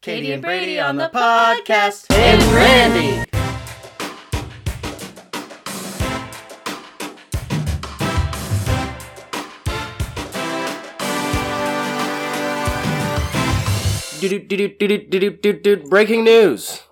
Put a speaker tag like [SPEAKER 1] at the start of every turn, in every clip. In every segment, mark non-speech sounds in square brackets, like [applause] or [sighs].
[SPEAKER 1] Katie and Brady on the podcast. And Randy.
[SPEAKER 2] Breaking news.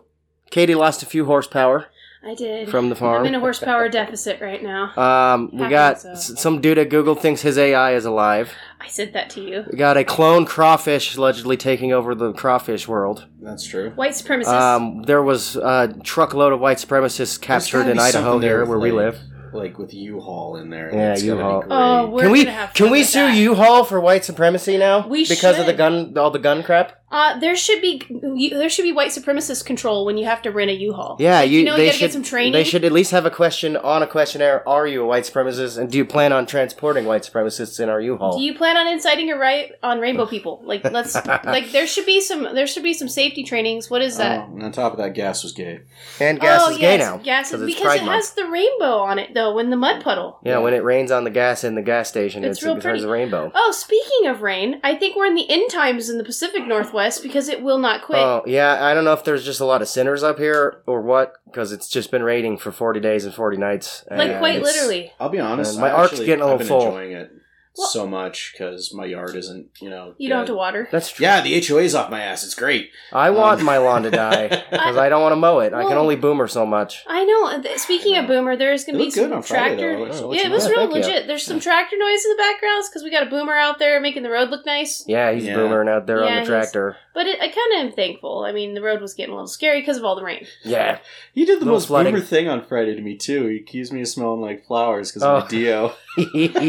[SPEAKER 2] Katie lost a few horsepower
[SPEAKER 3] I did.
[SPEAKER 2] from the
[SPEAKER 3] I'm in
[SPEAKER 2] farm.
[SPEAKER 3] a horsepower deficit right now.
[SPEAKER 2] Um, we got
[SPEAKER 3] Happens,
[SPEAKER 2] s- some dude at Google thinks his AI is alive.
[SPEAKER 3] I said that to you.
[SPEAKER 2] We got a clone crawfish allegedly taking over the crawfish world.
[SPEAKER 1] That's true.
[SPEAKER 3] White supremacists.
[SPEAKER 2] Um, there was a truckload of white supremacists captured
[SPEAKER 1] gotta
[SPEAKER 2] in
[SPEAKER 1] be
[SPEAKER 2] Idaho
[SPEAKER 1] something there
[SPEAKER 2] here
[SPEAKER 1] with,
[SPEAKER 2] where we
[SPEAKER 1] like,
[SPEAKER 2] live.
[SPEAKER 1] Like with U-Haul in there.
[SPEAKER 2] Yeah,
[SPEAKER 1] It's gotta be
[SPEAKER 2] U-Haul.
[SPEAKER 1] great.
[SPEAKER 3] oh, we're
[SPEAKER 2] can we
[SPEAKER 3] gonna have fun
[SPEAKER 2] can we
[SPEAKER 3] with
[SPEAKER 2] sue
[SPEAKER 3] that.
[SPEAKER 2] U-Haul for white supremacy now?
[SPEAKER 3] We
[SPEAKER 2] because of the
[SPEAKER 3] should.
[SPEAKER 2] gun, all the gun crap.
[SPEAKER 3] Uh, there should be you- there should be white supremacist control when you have to rent a U-Haul.
[SPEAKER 2] Yeah, you,
[SPEAKER 3] you know, you
[SPEAKER 2] they
[SPEAKER 3] gotta
[SPEAKER 2] should
[SPEAKER 3] get some training.
[SPEAKER 2] They should at least have a question on a questionnaire. Are you a white supremacist, and do you plan on transporting white supremacists in our U-Haul?
[SPEAKER 3] Do you plan on inciting a riot
[SPEAKER 2] [laughs]
[SPEAKER 3] on rainbow people? Like let's like there should be some there should be some safety trainings. What is that?
[SPEAKER 1] Oh, and on top of that, gas was gay.
[SPEAKER 2] and gas
[SPEAKER 3] oh
[SPEAKER 2] is
[SPEAKER 3] yes,
[SPEAKER 2] gay now.
[SPEAKER 3] gas is
[SPEAKER 2] 'cause it's
[SPEAKER 3] because
[SPEAKER 2] Pride
[SPEAKER 3] it
[SPEAKER 2] Month.
[SPEAKER 3] has the rainbow on it though. In the mud puddle.
[SPEAKER 2] Yeah, when it rains on the gas in the gas station,
[SPEAKER 3] It's
[SPEAKER 2] it's,
[SPEAKER 3] real
[SPEAKER 2] it turns
[SPEAKER 3] pretty.
[SPEAKER 2] a rainbow.
[SPEAKER 3] Oh, speaking of rain, I think we're in the end times in the Pacific Northwest because it will not quit.
[SPEAKER 2] Oh yeah, I don't know if there's just a lot of sinners up here or what, because it's just been raining for 40 days and 40 nights.
[SPEAKER 3] Like,
[SPEAKER 2] and
[SPEAKER 3] quite
[SPEAKER 2] it's-
[SPEAKER 3] literally.
[SPEAKER 1] I'll be honest.
[SPEAKER 2] Man, my
[SPEAKER 1] I
[SPEAKER 2] ark's
[SPEAKER 1] actually-
[SPEAKER 2] getting a
[SPEAKER 1] I've
[SPEAKER 2] little full.
[SPEAKER 1] been enjoying it
[SPEAKER 3] Well-
[SPEAKER 1] so much because my yard isn't, you know.
[SPEAKER 3] You don't have
[SPEAKER 1] dead.
[SPEAKER 3] to water.
[SPEAKER 2] That's true.
[SPEAKER 1] Yeah, the HOA's off my ass. It's great.
[SPEAKER 2] I want
[SPEAKER 1] Um,
[SPEAKER 2] my lawn
[SPEAKER 1] [laughs]
[SPEAKER 2] to [laughs] die because I don't want to mow it. I can
[SPEAKER 3] Well-
[SPEAKER 2] only boomer so much.
[SPEAKER 3] I know. and th- Speaking of
[SPEAKER 1] Yeah.
[SPEAKER 3] Boomer, there's
[SPEAKER 1] It
[SPEAKER 3] going to be
[SPEAKER 1] looked good
[SPEAKER 3] some
[SPEAKER 1] on Friday,
[SPEAKER 3] tractor.
[SPEAKER 1] though. I'll let you
[SPEAKER 3] yeah, it
[SPEAKER 1] know. Oh,
[SPEAKER 3] was
[SPEAKER 2] Yeah,
[SPEAKER 3] real
[SPEAKER 2] thank you.
[SPEAKER 3] legit. There's some tractor noise in the background because we got a Boomer out there making the road look nice.
[SPEAKER 2] Yeah, he's
[SPEAKER 1] Yeah.
[SPEAKER 2] boomering out there
[SPEAKER 3] Yeah,
[SPEAKER 2] on the
[SPEAKER 3] he's-
[SPEAKER 2] tractor.
[SPEAKER 3] But it, I kind of am thankful. I mean, the road was getting a little scary because of all the
[SPEAKER 1] [laughs]
[SPEAKER 3] rain. [laughs]
[SPEAKER 2] Yeah.
[SPEAKER 1] He did the
[SPEAKER 2] Little
[SPEAKER 1] most
[SPEAKER 2] flooding.
[SPEAKER 1] boomer thing on Friday to me too. He accused me of smelling like flowers because
[SPEAKER 2] Oh.
[SPEAKER 1] I'm a Dio.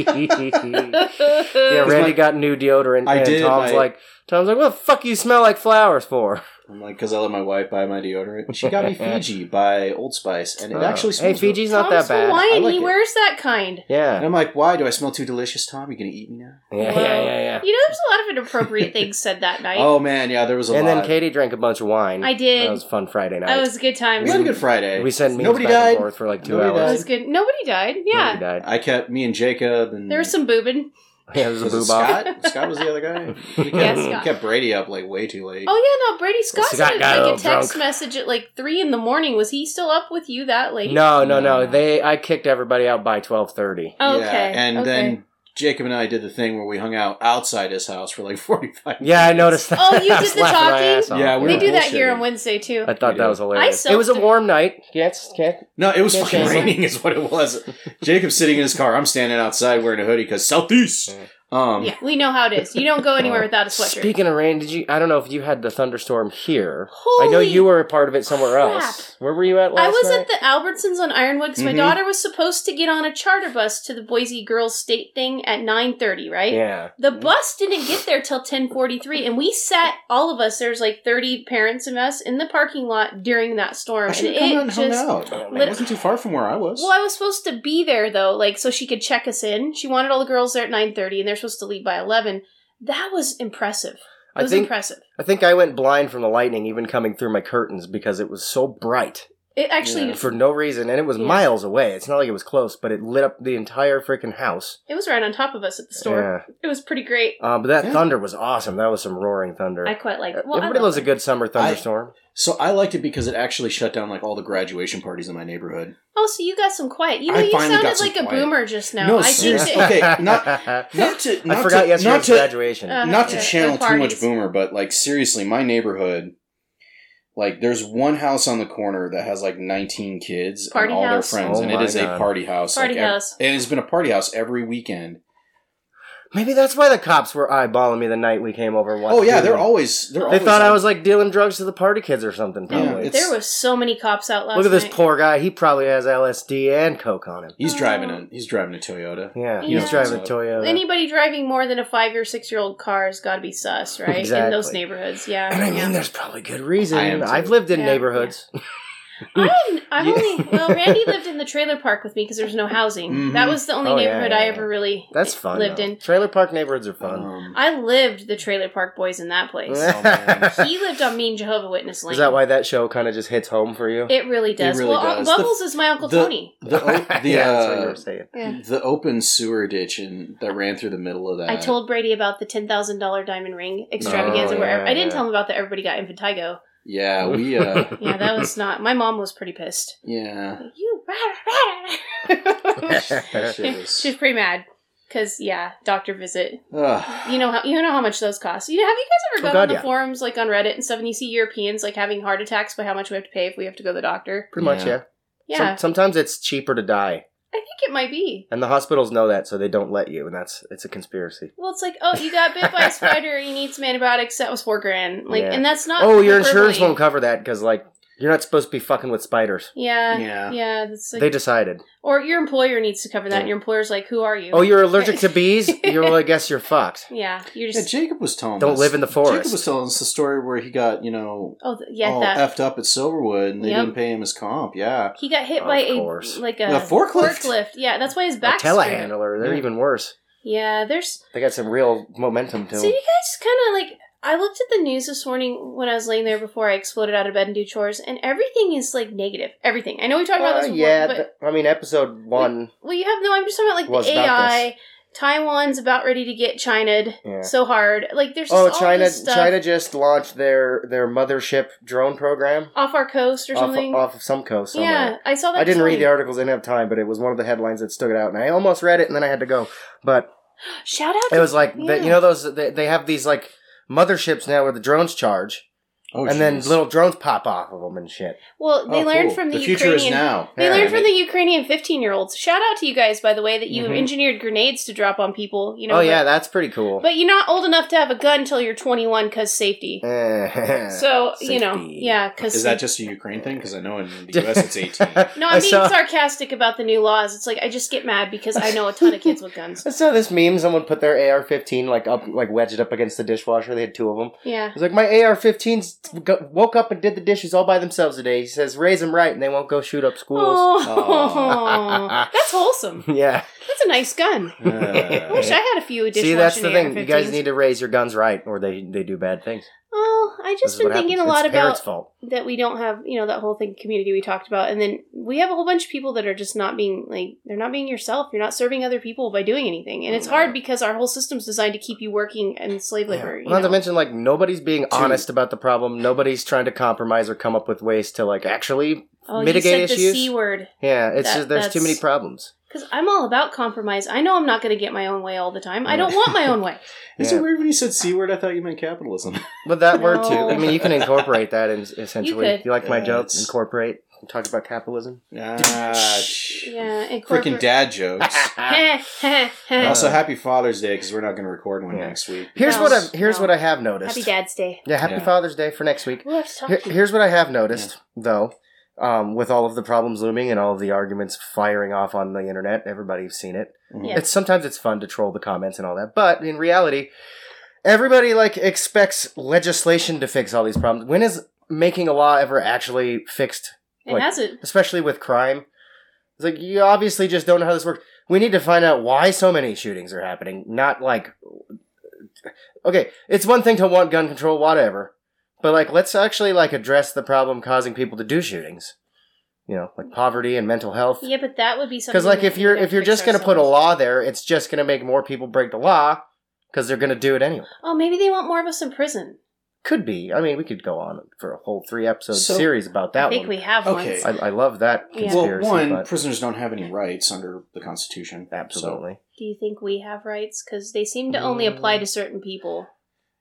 [SPEAKER 2] yeah,
[SPEAKER 3] yeah,
[SPEAKER 2] Randy
[SPEAKER 1] my-
[SPEAKER 2] got new deodorant,
[SPEAKER 1] I
[SPEAKER 2] and
[SPEAKER 1] did,
[SPEAKER 2] Tom's
[SPEAKER 1] I-
[SPEAKER 2] like, Tom's like, what the fuck you smell like flowers for?
[SPEAKER 1] I'm like, because I let my wife buy my deodorant. She
[SPEAKER 2] [laughs]
[SPEAKER 1] got me Fiji by Old Spice, and it actually
[SPEAKER 2] Oh. hey,
[SPEAKER 1] smells.
[SPEAKER 2] Fiji's not that bad.
[SPEAKER 3] Hawaiian.
[SPEAKER 1] I like
[SPEAKER 3] he
[SPEAKER 1] it.
[SPEAKER 3] wears that kind.
[SPEAKER 1] And
[SPEAKER 2] Yeah.
[SPEAKER 1] I'm like, why do I smell too delicious, Tom? You gonna eat me now?
[SPEAKER 2] Yeah,
[SPEAKER 3] Wow.
[SPEAKER 2] yeah, yeah,
[SPEAKER 3] You know, there's a lot of inappropriate things said
[SPEAKER 1] [laughs]
[SPEAKER 3] that night.
[SPEAKER 1] Oh man, yeah, there was a
[SPEAKER 2] yeah. And
[SPEAKER 1] lot.
[SPEAKER 2] then Katie drank a bunch of wine.
[SPEAKER 3] I did.
[SPEAKER 2] That was a fun Friday night.
[SPEAKER 3] that was a good time.
[SPEAKER 1] we had a good Friday.
[SPEAKER 2] we sent memes
[SPEAKER 1] Nobody
[SPEAKER 2] back
[SPEAKER 1] died.
[SPEAKER 2] and forth for like two
[SPEAKER 1] Nobody
[SPEAKER 3] That
[SPEAKER 2] hours.
[SPEAKER 3] was good. Nobody died. Yeah,
[SPEAKER 2] Nobody died. [laughs]
[SPEAKER 1] I kept me and Jacob and
[SPEAKER 3] there was some boobing.
[SPEAKER 2] Yeah, there's a
[SPEAKER 1] was it
[SPEAKER 2] boob off. [laughs]
[SPEAKER 1] Scott. Scott was the other guy. We kept,
[SPEAKER 3] Yeah,
[SPEAKER 1] we
[SPEAKER 3] Scott.
[SPEAKER 1] kept Brady up like way too late.
[SPEAKER 3] Oh yeah, no, Brady Scott,
[SPEAKER 2] Scott
[SPEAKER 3] sent
[SPEAKER 2] got a
[SPEAKER 3] like
[SPEAKER 2] little
[SPEAKER 3] a text
[SPEAKER 2] drunk.
[SPEAKER 3] message at like three in the morning. Was he still up with you that late?
[SPEAKER 2] No, no, no. They I kicked everybody out by twelve thirty.
[SPEAKER 3] Oh, Okay.
[SPEAKER 1] Yeah, and
[SPEAKER 3] okay.
[SPEAKER 1] then Jacob and I did the thing where we hung out outside his house for like [laughs] 45
[SPEAKER 2] Yeah, I noticed that.
[SPEAKER 3] Oh,
[SPEAKER 2] [laughs]
[SPEAKER 3] you
[SPEAKER 2] I
[SPEAKER 3] did
[SPEAKER 2] was
[SPEAKER 3] the
[SPEAKER 2] laughing my
[SPEAKER 3] talking?
[SPEAKER 2] ass off.
[SPEAKER 1] Yeah, we
[SPEAKER 3] they
[SPEAKER 1] were
[SPEAKER 3] do that here
[SPEAKER 1] bullshitting.
[SPEAKER 3] on Wednesday too.
[SPEAKER 2] I thought that was hilarious.
[SPEAKER 3] I
[SPEAKER 2] It was a
[SPEAKER 3] sucked.
[SPEAKER 2] warm night. Can't can't.
[SPEAKER 1] No, it was
[SPEAKER 2] Yeah,
[SPEAKER 1] fucking
[SPEAKER 2] Jacob.
[SPEAKER 1] raining, is what it was. Jacob's sitting in his car. I'm standing outside wearing a hoodie because southeast. Um,
[SPEAKER 3] Yeah, we know how it is. You don't go
[SPEAKER 2] uh,
[SPEAKER 3] anywhere without a sweatshirt.
[SPEAKER 2] Speaking of rain, did you? I don't know if you had the thunderstorm here.
[SPEAKER 3] Holy
[SPEAKER 2] I know you were a part of it somewhere
[SPEAKER 3] crap.
[SPEAKER 2] else. Where were you at last
[SPEAKER 3] I was
[SPEAKER 2] night? Mm-hmm.
[SPEAKER 3] at the Albertsons on Ironwood because
[SPEAKER 1] Mhm.
[SPEAKER 3] my daughter was supposed to get on a charter bus to the Boise Girls State thing at nine thirty, right?
[SPEAKER 2] yeah.
[SPEAKER 3] The bus didn't get there till ten forty three, and we sat all of us. There's like thirty parents of us in the parking lot during that storm,
[SPEAKER 1] I should
[SPEAKER 3] and
[SPEAKER 1] have come
[SPEAKER 3] it
[SPEAKER 1] out and hung
[SPEAKER 3] just
[SPEAKER 1] out. It
[SPEAKER 3] lit-
[SPEAKER 1] wasn't too far from where I was.
[SPEAKER 3] Well, I was supposed to be there though, like so she could check us in. She wanted all the girls there at nine thirty, and they're supposed to leave by eleven. That was impressive. It
[SPEAKER 2] I
[SPEAKER 3] was
[SPEAKER 2] think
[SPEAKER 3] impressive.
[SPEAKER 2] I think I went blind from the lightning, even coming through my curtains because it was so bright
[SPEAKER 3] It actually,
[SPEAKER 1] Yeah.
[SPEAKER 2] for no reason, and it was
[SPEAKER 3] Yeah.
[SPEAKER 2] miles away. It's not like it was close, but it lit up the entire freaking house.
[SPEAKER 3] it was right on top of us at the store.
[SPEAKER 2] Yeah.
[SPEAKER 3] It was pretty great.
[SPEAKER 2] Uh, but that
[SPEAKER 1] Yeah.
[SPEAKER 2] thunder was awesome. That was some roaring thunder.
[SPEAKER 3] I quite like. Well,
[SPEAKER 2] Everybody
[SPEAKER 3] I
[SPEAKER 2] loves
[SPEAKER 3] love
[SPEAKER 2] a good summer thunderstorm.
[SPEAKER 1] So I liked it because it actually shut down like all the graduation parties in my neighborhood.
[SPEAKER 3] [laughs] Oh, so you got some quiet. You know,
[SPEAKER 1] I
[SPEAKER 3] you
[SPEAKER 1] finally
[SPEAKER 3] sounded
[SPEAKER 1] got some
[SPEAKER 3] like a
[SPEAKER 1] quiet.
[SPEAKER 3] boomer just now.
[SPEAKER 1] No,
[SPEAKER 3] I think
[SPEAKER 1] seriously.
[SPEAKER 3] that-
[SPEAKER 1] [laughs] Okay,
[SPEAKER 2] [laughs]
[SPEAKER 1] not- Not to
[SPEAKER 2] I
[SPEAKER 1] not
[SPEAKER 2] forgot
[SPEAKER 1] to,
[SPEAKER 2] yesterday's
[SPEAKER 1] not to,
[SPEAKER 2] graduation.
[SPEAKER 3] Uh,
[SPEAKER 1] not to
[SPEAKER 3] yeah,
[SPEAKER 1] channel
[SPEAKER 3] the
[SPEAKER 1] too much
[SPEAKER 3] parties.
[SPEAKER 1] boomer, but like seriously, my neighborhood, like there's one house on the corner that has like 19 kids
[SPEAKER 3] Party
[SPEAKER 1] and all
[SPEAKER 3] house?
[SPEAKER 1] their friends,
[SPEAKER 2] Oh
[SPEAKER 1] and
[SPEAKER 2] my
[SPEAKER 1] it is
[SPEAKER 2] God.
[SPEAKER 1] a party house.
[SPEAKER 3] Party
[SPEAKER 1] like, ev-
[SPEAKER 3] house.
[SPEAKER 1] and it's been a party house every weekend.
[SPEAKER 2] Maybe that's why the cops were eyeballing me the night we came over. and watched
[SPEAKER 1] Oh yeah,
[SPEAKER 2] Cleveland.
[SPEAKER 1] they're always they're
[SPEAKER 2] They
[SPEAKER 1] always
[SPEAKER 2] thought I
[SPEAKER 1] like-
[SPEAKER 2] was like dealing drugs to the party kids or something.
[SPEAKER 1] Yeah,
[SPEAKER 2] Probably.
[SPEAKER 1] it's-
[SPEAKER 3] there was so many cops out last
[SPEAKER 2] Look at this
[SPEAKER 3] night.
[SPEAKER 2] poor guy. He probably has LSD and coke on him.
[SPEAKER 1] He's
[SPEAKER 3] Oh.
[SPEAKER 1] driving a he's driving a Toyota.
[SPEAKER 2] Yeah,
[SPEAKER 3] Yeah.
[SPEAKER 2] he's driving a
[SPEAKER 1] So-
[SPEAKER 2] Toyota.
[SPEAKER 3] Anybody driving more than a five or six year old car has got to be sus, right? In those
[SPEAKER 2] Exactly.
[SPEAKER 3] neighborhoods, yeah.
[SPEAKER 2] and I mean,
[SPEAKER 3] yeah.
[SPEAKER 2] there's probably good reason.
[SPEAKER 1] I am too.
[SPEAKER 2] I've lived in
[SPEAKER 3] Yeah,
[SPEAKER 2] neighborhoods.
[SPEAKER 3] I'm, I'm
[SPEAKER 2] Yeah.
[SPEAKER 3] only well. Randy lived in the trailer park with me because there was no housing.
[SPEAKER 1] Mhm.
[SPEAKER 3] That was the only
[SPEAKER 2] Oh, yeah,
[SPEAKER 3] neighborhood
[SPEAKER 2] yeah,
[SPEAKER 3] I
[SPEAKER 2] yeah.
[SPEAKER 3] ever really
[SPEAKER 2] That's fun.
[SPEAKER 3] lived
[SPEAKER 2] though.
[SPEAKER 3] in. Oh,
[SPEAKER 2] Trailer park neighborhoods are fun.
[SPEAKER 1] Um,
[SPEAKER 3] I lived the trailer park boys in that place.
[SPEAKER 2] [laughs]
[SPEAKER 1] Oh, man.
[SPEAKER 3] he lived on Mean Jehovah Witness Lane.
[SPEAKER 2] Is that why that show kind of just hits home for you?
[SPEAKER 3] It really does.
[SPEAKER 1] really
[SPEAKER 3] well, Uncle
[SPEAKER 1] does. The-
[SPEAKER 3] Bubbles is my uncle
[SPEAKER 1] the-
[SPEAKER 3] Tony.
[SPEAKER 2] [laughs]
[SPEAKER 1] the uh, o- the,
[SPEAKER 2] yeah, that's what you
[SPEAKER 1] uh,
[SPEAKER 2] were saying.
[SPEAKER 3] Yeah.
[SPEAKER 1] the open sewer ditch in, that ran through the middle of that.
[SPEAKER 3] I told Brady about the ten thousand dollar diamond ring extravaganza
[SPEAKER 1] Oh,
[SPEAKER 3] where
[SPEAKER 2] yeah,
[SPEAKER 3] ev- I didn't
[SPEAKER 2] yeah.
[SPEAKER 3] tell him about that. Everybody got impetigo.
[SPEAKER 1] Yeah,
[SPEAKER 2] [laughs]
[SPEAKER 1] we. Uh,
[SPEAKER 3] Yeah, that was not. My mom was pretty pissed.
[SPEAKER 1] yeah.
[SPEAKER 3] Like, You rat- [laughs]
[SPEAKER 1] That shit
[SPEAKER 3] rat."
[SPEAKER 1] was.
[SPEAKER 3] She was
[SPEAKER 1] [sighs]
[SPEAKER 3] pretty mad because yeah, doctor visit.
[SPEAKER 1] Ugh.
[SPEAKER 3] You know how you know how much those cost. You know, have you guys ever
[SPEAKER 2] Oh,
[SPEAKER 3] gone
[SPEAKER 2] God,
[SPEAKER 3] on the
[SPEAKER 2] yeah.
[SPEAKER 3] forums like on Reddit and stuff, and you see Europeans like having heart attacks by how much we have to pay if we have to go to the doctor?
[SPEAKER 2] Pretty much,
[SPEAKER 1] Yeah.
[SPEAKER 2] yeah. Some-
[SPEAKER 3] Yeah,
[SPEAKER 2] sometimes it's cheaper to die,
[SPEAKER 3] I think it might be.
[SPEAKER 2] and the hospitals know that, so they don't let you, and that's it's a conspiracy.
[SPEAKER 3] Well, it's like, oh, you got bit by a spider, you need some antibiotics. That was four grand. Like,
[SPEAKER 2] Yeah.
[SPEAKER 3] and that's not.
[SPEAKER 2] Oh, your insurance
[SPEAKER 3] hyperbole.
[SPEAKER 2] won't cover that because like you're not supposed to be fucking with spiders.
[SPEAKER 3] Yeah, yeah,
[SPEAKER 1] Yeah.
[SPEAKER 3] that's like,
[SPEAKER 2] they decided.
[SPEAKER 3] or your employer needs to cover that, and your employer's like, who are you?
[SPEAKER 2] Oh, you're
[SPEAKER 3] [laughs]
[SPEAKER 2] allergic to bees. You're well, I guess you're [laughs] fucked.
[SPEAKER 3] yeah, you're
[SPEAKER 1] Yeah,
[SPEAKER 3] just.
[SPEAKER 1] Jacob was telling
[SPEAKER 2] Don't
[SPEAKER 1] us-
[SPEAKER 2] live in the
[SPEAKER 1] Jacob
[SPEAKER 2] forest.
[SPEAKER 1] was telling us the story where he got, you know,
[SPEAKER 3] oh, th- yeah,
[SPEAKER 1] all
[SPEAKER 3] that
[SPEAKER 1] effed up at Silverwood and they
[SPEAKER 3] Yep.
[SPEAKER 1] didn't pay him his comp. Yeah.
[SPEAKER 3] he got hit
[SPEAKER 2] Of
[SPEAKER 3] by
[SPEAKER 2] course.
[SPEAKER 3] a like a,
[SPEAKER 1] A forklift?
[SPEAKER 3] Forklift. Yeah, that's why his
[SPEAKER 2] A
[SPEAKER 3] back.
[SPEAKER 2] telehandler. They're
[SPEAKER 1] Yeah.
[SPEAKER 2] even worse.
[SPEAKER 3] Yeah, there's
[SPEAKER 2] They got some real momentum to
[SPEAKER 3] So you
[SPEAKER 2] them.
[SPEAKER 3] guys kind of like I looked at the news this morning when I was laying there before I exploded out of bed and do chores, and everything is like negative. Everything. I know we talked about
[SPEAKER 2] Uh,
[SPEAKER 3] this before,
[SPEAKER 2] yeah,
[SPEAKER 3] but
[SPEAKER 2] th- I mean, episode one.
[SPEAKER 3] well, you have no. I'm just talking about like
[SPEAKER 2] Was
[SPEAKER 3] the
[SPEAKER 2] about
[SPEAKER 3] AI. Taiwan's about ready to get China'd
[SPEAKER 2] Yeah.
[SPEAKER 3] so hard. Like there's just
[SPEAKER 2] Oh,
[SPEAKER 3] all
[SPEAKER 2] China!
[SPEAKER 3] this stuff
[SPEAKER 2] China just launched their their mothership drone program
[SPEAKER 3] off our coast or
[SPEAKER 2] off,
[SPEAKER 3] something.
[SPEAKER 2] off of some coast somewhere.
[SPEAKER 3] yeah, I saw that.
[SPEAKER 2] I didn't
[SPEAKER 3] this
[SPEAKER 2] read the
[SPEAKER 3] morning.
[SPEAKER 2] articles; I didn't have time. But it was one of the headlines that stuck it out, and I almost read it, and then I had to go. But
[SPEAKER 3] Shout out.
[SPEAKER 2] it
[SPEAKER 3] to-
[SPEAKER 2] was like the,
[SPEAKER 3] Yeah.
[SPEAKER 2] you know those they, they have these like motherships now where the drones charge,
[SPEAKER 1] Oh,
[SPEAKER 2] and then
[SPEAKER 1] jeez.
[SPEAKER 2] little drones pop off of them and shit.
[SPEAKER 3] well, they
[SPEAKER 1] Oh,
[SPEAKER 3] learned
[SPEAKER 1] cool.
[SPEAKER 3] from the,
[SPEAKER 1] The future
[SPEAKER 3] Ukrainian.
[SPEAKER 1] is now.
[SPEAKER 3] They
[SPEAKER 2] Yeah.
[SPEAKER 3] learned from the Ukrainian 15 year olds. Shout out to you guys, by the way, that you
[SPEAKER 2] Mhm.
[SPEAKER 3] engineered grenades to drop on people. You know,
[SPEAKER 2] oh
[SPEAKER 3] but-
[SPEAKER 2] yeah, that's pretty cool. [laughs]
[SPEAKER 3] But you're not old enough to have a gun until you're 21 because safety.
[SPEAKER 2] Eh.
[SPEAKER 3] So, you know,
[SPEAKER 2] Safety.
[SPEAKER 3] yeah, because.
[SPEAKER 1] Is that just a Ukraine thing? Because I know in the US
[SPEAKER 2] [laughs]
[SPEAKER 1] it's 18.
[SPEAKER 3] No,
[SPEAKER 2] I
[SPEAKER 3] I'm being
[SPEAKER 2] saw-
[SPEAKER 3] sarcastic about the new laws. It's like, I just get mad because I know a ton of kids with guns.
[SPEAKER 2] I saw this meme. Someone put their AR-15 like up, like wedged up against the dishwasher. They had two of them.
[SPEAKER 3] Yeah.
[SPEAKER 2] He's like, my AR-15s go- woke up and did the dishes all by themselves today. He says, raise them right, and they won't go shoot up schools.
[SPEAKER 3] Oh, [laughs] that's wholesome.
[SPEAKER 2] [laughs] yeah.
[SPEAKER 3] That's a nice gun. I wish I had a few
[SPEAKER 2] See,
[SPEAKER 3] additional.
[SPEAKER 2] that's the thing. You guys need to raise your guns right, or they they do bad things.
[SPEAKER 3] Well, I
[SPEAKER 2] This
[SPEAKER 3] just
[SPEAKER 2] is
[SPEAKER 3] been
[SPEAKER 2] what
[SPEAKER 3] thinking
[SPEAKER 2] happens.
[SPEAKER 3] a lot
[SPEAKER 2] it's parents'
[SPEAKER 3] about
[SPEAKER 2] fault.
[SPEAKER 3] that we don't have, you know, that whole thing community we talked about, and then we have a whole bunch of people that are just not being like they're not being yourself. You're not serving other people by doing anything, and it's hard because our whole system's designed to keep you working in slave
[SPEAKER 2] Mm-hmm. Yeah.
[SPEAKER 3] labor. you
[SPEAKER 2] Not to
[SPEAKER 3] know?
[SPEAKER 2] mention, like nobody's being honest about the problem. Nobody's trying to compromise or come up with ways to like actually.
[SPEAKER 3] oh,
[SPEAKER 2] mitigate
[SPEAKER 3] you said
[SPEAKER 2] issues.
[SPEAKER 3] the c word
[SPEAKER 2] Yeah, it's
[SPEAKER 3] That-
[SPEAKER 2] just there's too
[SPEAKER 3] that's-
[SPEAKER 2] many problems.
[SPEAKER 3] because I'm all about compromise. I know I'm not going to get my own way all the time. I
[SPEAKER 2] Yeah.
[SPEAKER 3] don't
[SPEAKER 2] [laughs]
[SPEAKER 3] want my own way.
[SPEAKER 1] Is
[SPEAKER 2] Yeah.
[SPEAKER 1] it weird when you said C word? I thought you meant capitalism.
[SPEAKER 3] [laughs]
[SPEAKER 2] But that word too.
[SPEAKER 3] No.
[SPEAKER 2] I mean, you can incorporate that
[SPEAKER 3] [laughs]
[SPEAKER 2] in, essentially.
[SPEAKER 3] You
[SPEAKER 2] You,
[SPEAKER 3] could.
[SPEAKER 2] like my
[SPEAKER 1] Yeah,
[SPEAKER 2] joke?
[SPEAKER 1] it's-
[SPEAKER 2] Incorporate. Talk about
[SPEAKER 3] [laughs]
[SPEAKER 2] capitalism.
[SPEAKER 1] ah, sh-
[SPEAKER 3] Yeah, and
[SPEAKER 1] Freaking
[SPEAKER 3] corporate- [laughs]
[SPEAKER 1] dad jokes.
[SPEAKER 3] Heh, heh, heh.
[SPEAKER 2] Uh,
[SPEAKER 1] also, happy Father's Day because we're not going to record one
[SPEAKER 2] Yeah.
[SPEAKER 1] next week.
[SPEAKER 2] Here's
[SPEAKER 3] No,
[SPEAKER 2] what I here's
[SPEAKER 3] no.
[SPEAKER 2] what I have noticed.
[SPEAKER 3] Happy Dad's Day.
[SPEAKER 2] Yeah, happy
[SPEAKER 1] Yeah.
[SPEAKER 2] Father's Day for next week.
[SPEAKER 3] We'll have to talk.
[SPEAKER 2] Here,
[SPEAKER 3] to you.
[SPEAKER 2] here's what I have noticed, though, um, with all of the problems looming and all of the arguments firing off on the internet. Everybody's seen it.
[SPEAKER 1] Mhm.
[SPEAKER 3] Yeah.
[SPEAKER 2] It's sometimes it's fun to troll the comments and all that, but in reality, everybody like expects legislation to fix all these problems. When is making a law ever actually fixed?
[SPEAKER 3] it
[SPEAKER 2] like-
[SPEAKER 3] hasn't.
[SPEAKER 2] especially with crime. It's like you obviously just don't know how this works. We need to find out why so many shootings are happening. Not like okay, it's one thing to want gun control, whatever, but like let's actually like address the problem causing people to do shootings. You know, like poverty and mental health.
[SPEAKER 3] Yeah, but that would be something.
[SPEAKER 2] Because like
[SPEAKER 3] that
[SPEAKER 2] if
[SPEAKER 3] we
[SPEAKER 2] you're
[SPEAKER 3] have
[SPEAKER 2] if you're
[SPEAKER 3] fix
[SPEAKER 2] just gonna put a
[SPEAKER 3] ourselves.
[SPEAKER 2] law there, it's just gonna make more people break the law because they're gonna do it anyway.
[SPEAKER 3] oh, maybe they want more of us in prison.
[SPEAKER 2] Could be. I mean, we could go on for a whole three episode
[SPEAKER 1] So-
[SPEAKER 2] series about that
[SPEAKER 3] I think
[SPEAKER 2] one.
[SPEAKER 3] we have one.
[SPEAKER 1] Okay.
[SPEAKER 2] I, I love that
[SPEAKER 3] Yeah.
[SPEAKER 1] Well,
[SPEAKER 2] conspiracy.
[SPEAKER 1] one,
[SPEAKER 2] but-
[SPEAKER 1] prisoners don't have any rights under the Constitution. So,
[SPEAKER 2] Absolutely.
[SPEAKER 3] Do you think we have rights? Because they seem to only apply
[SPEAKER 2] Mm.
[SPEAKER 3] to certain people.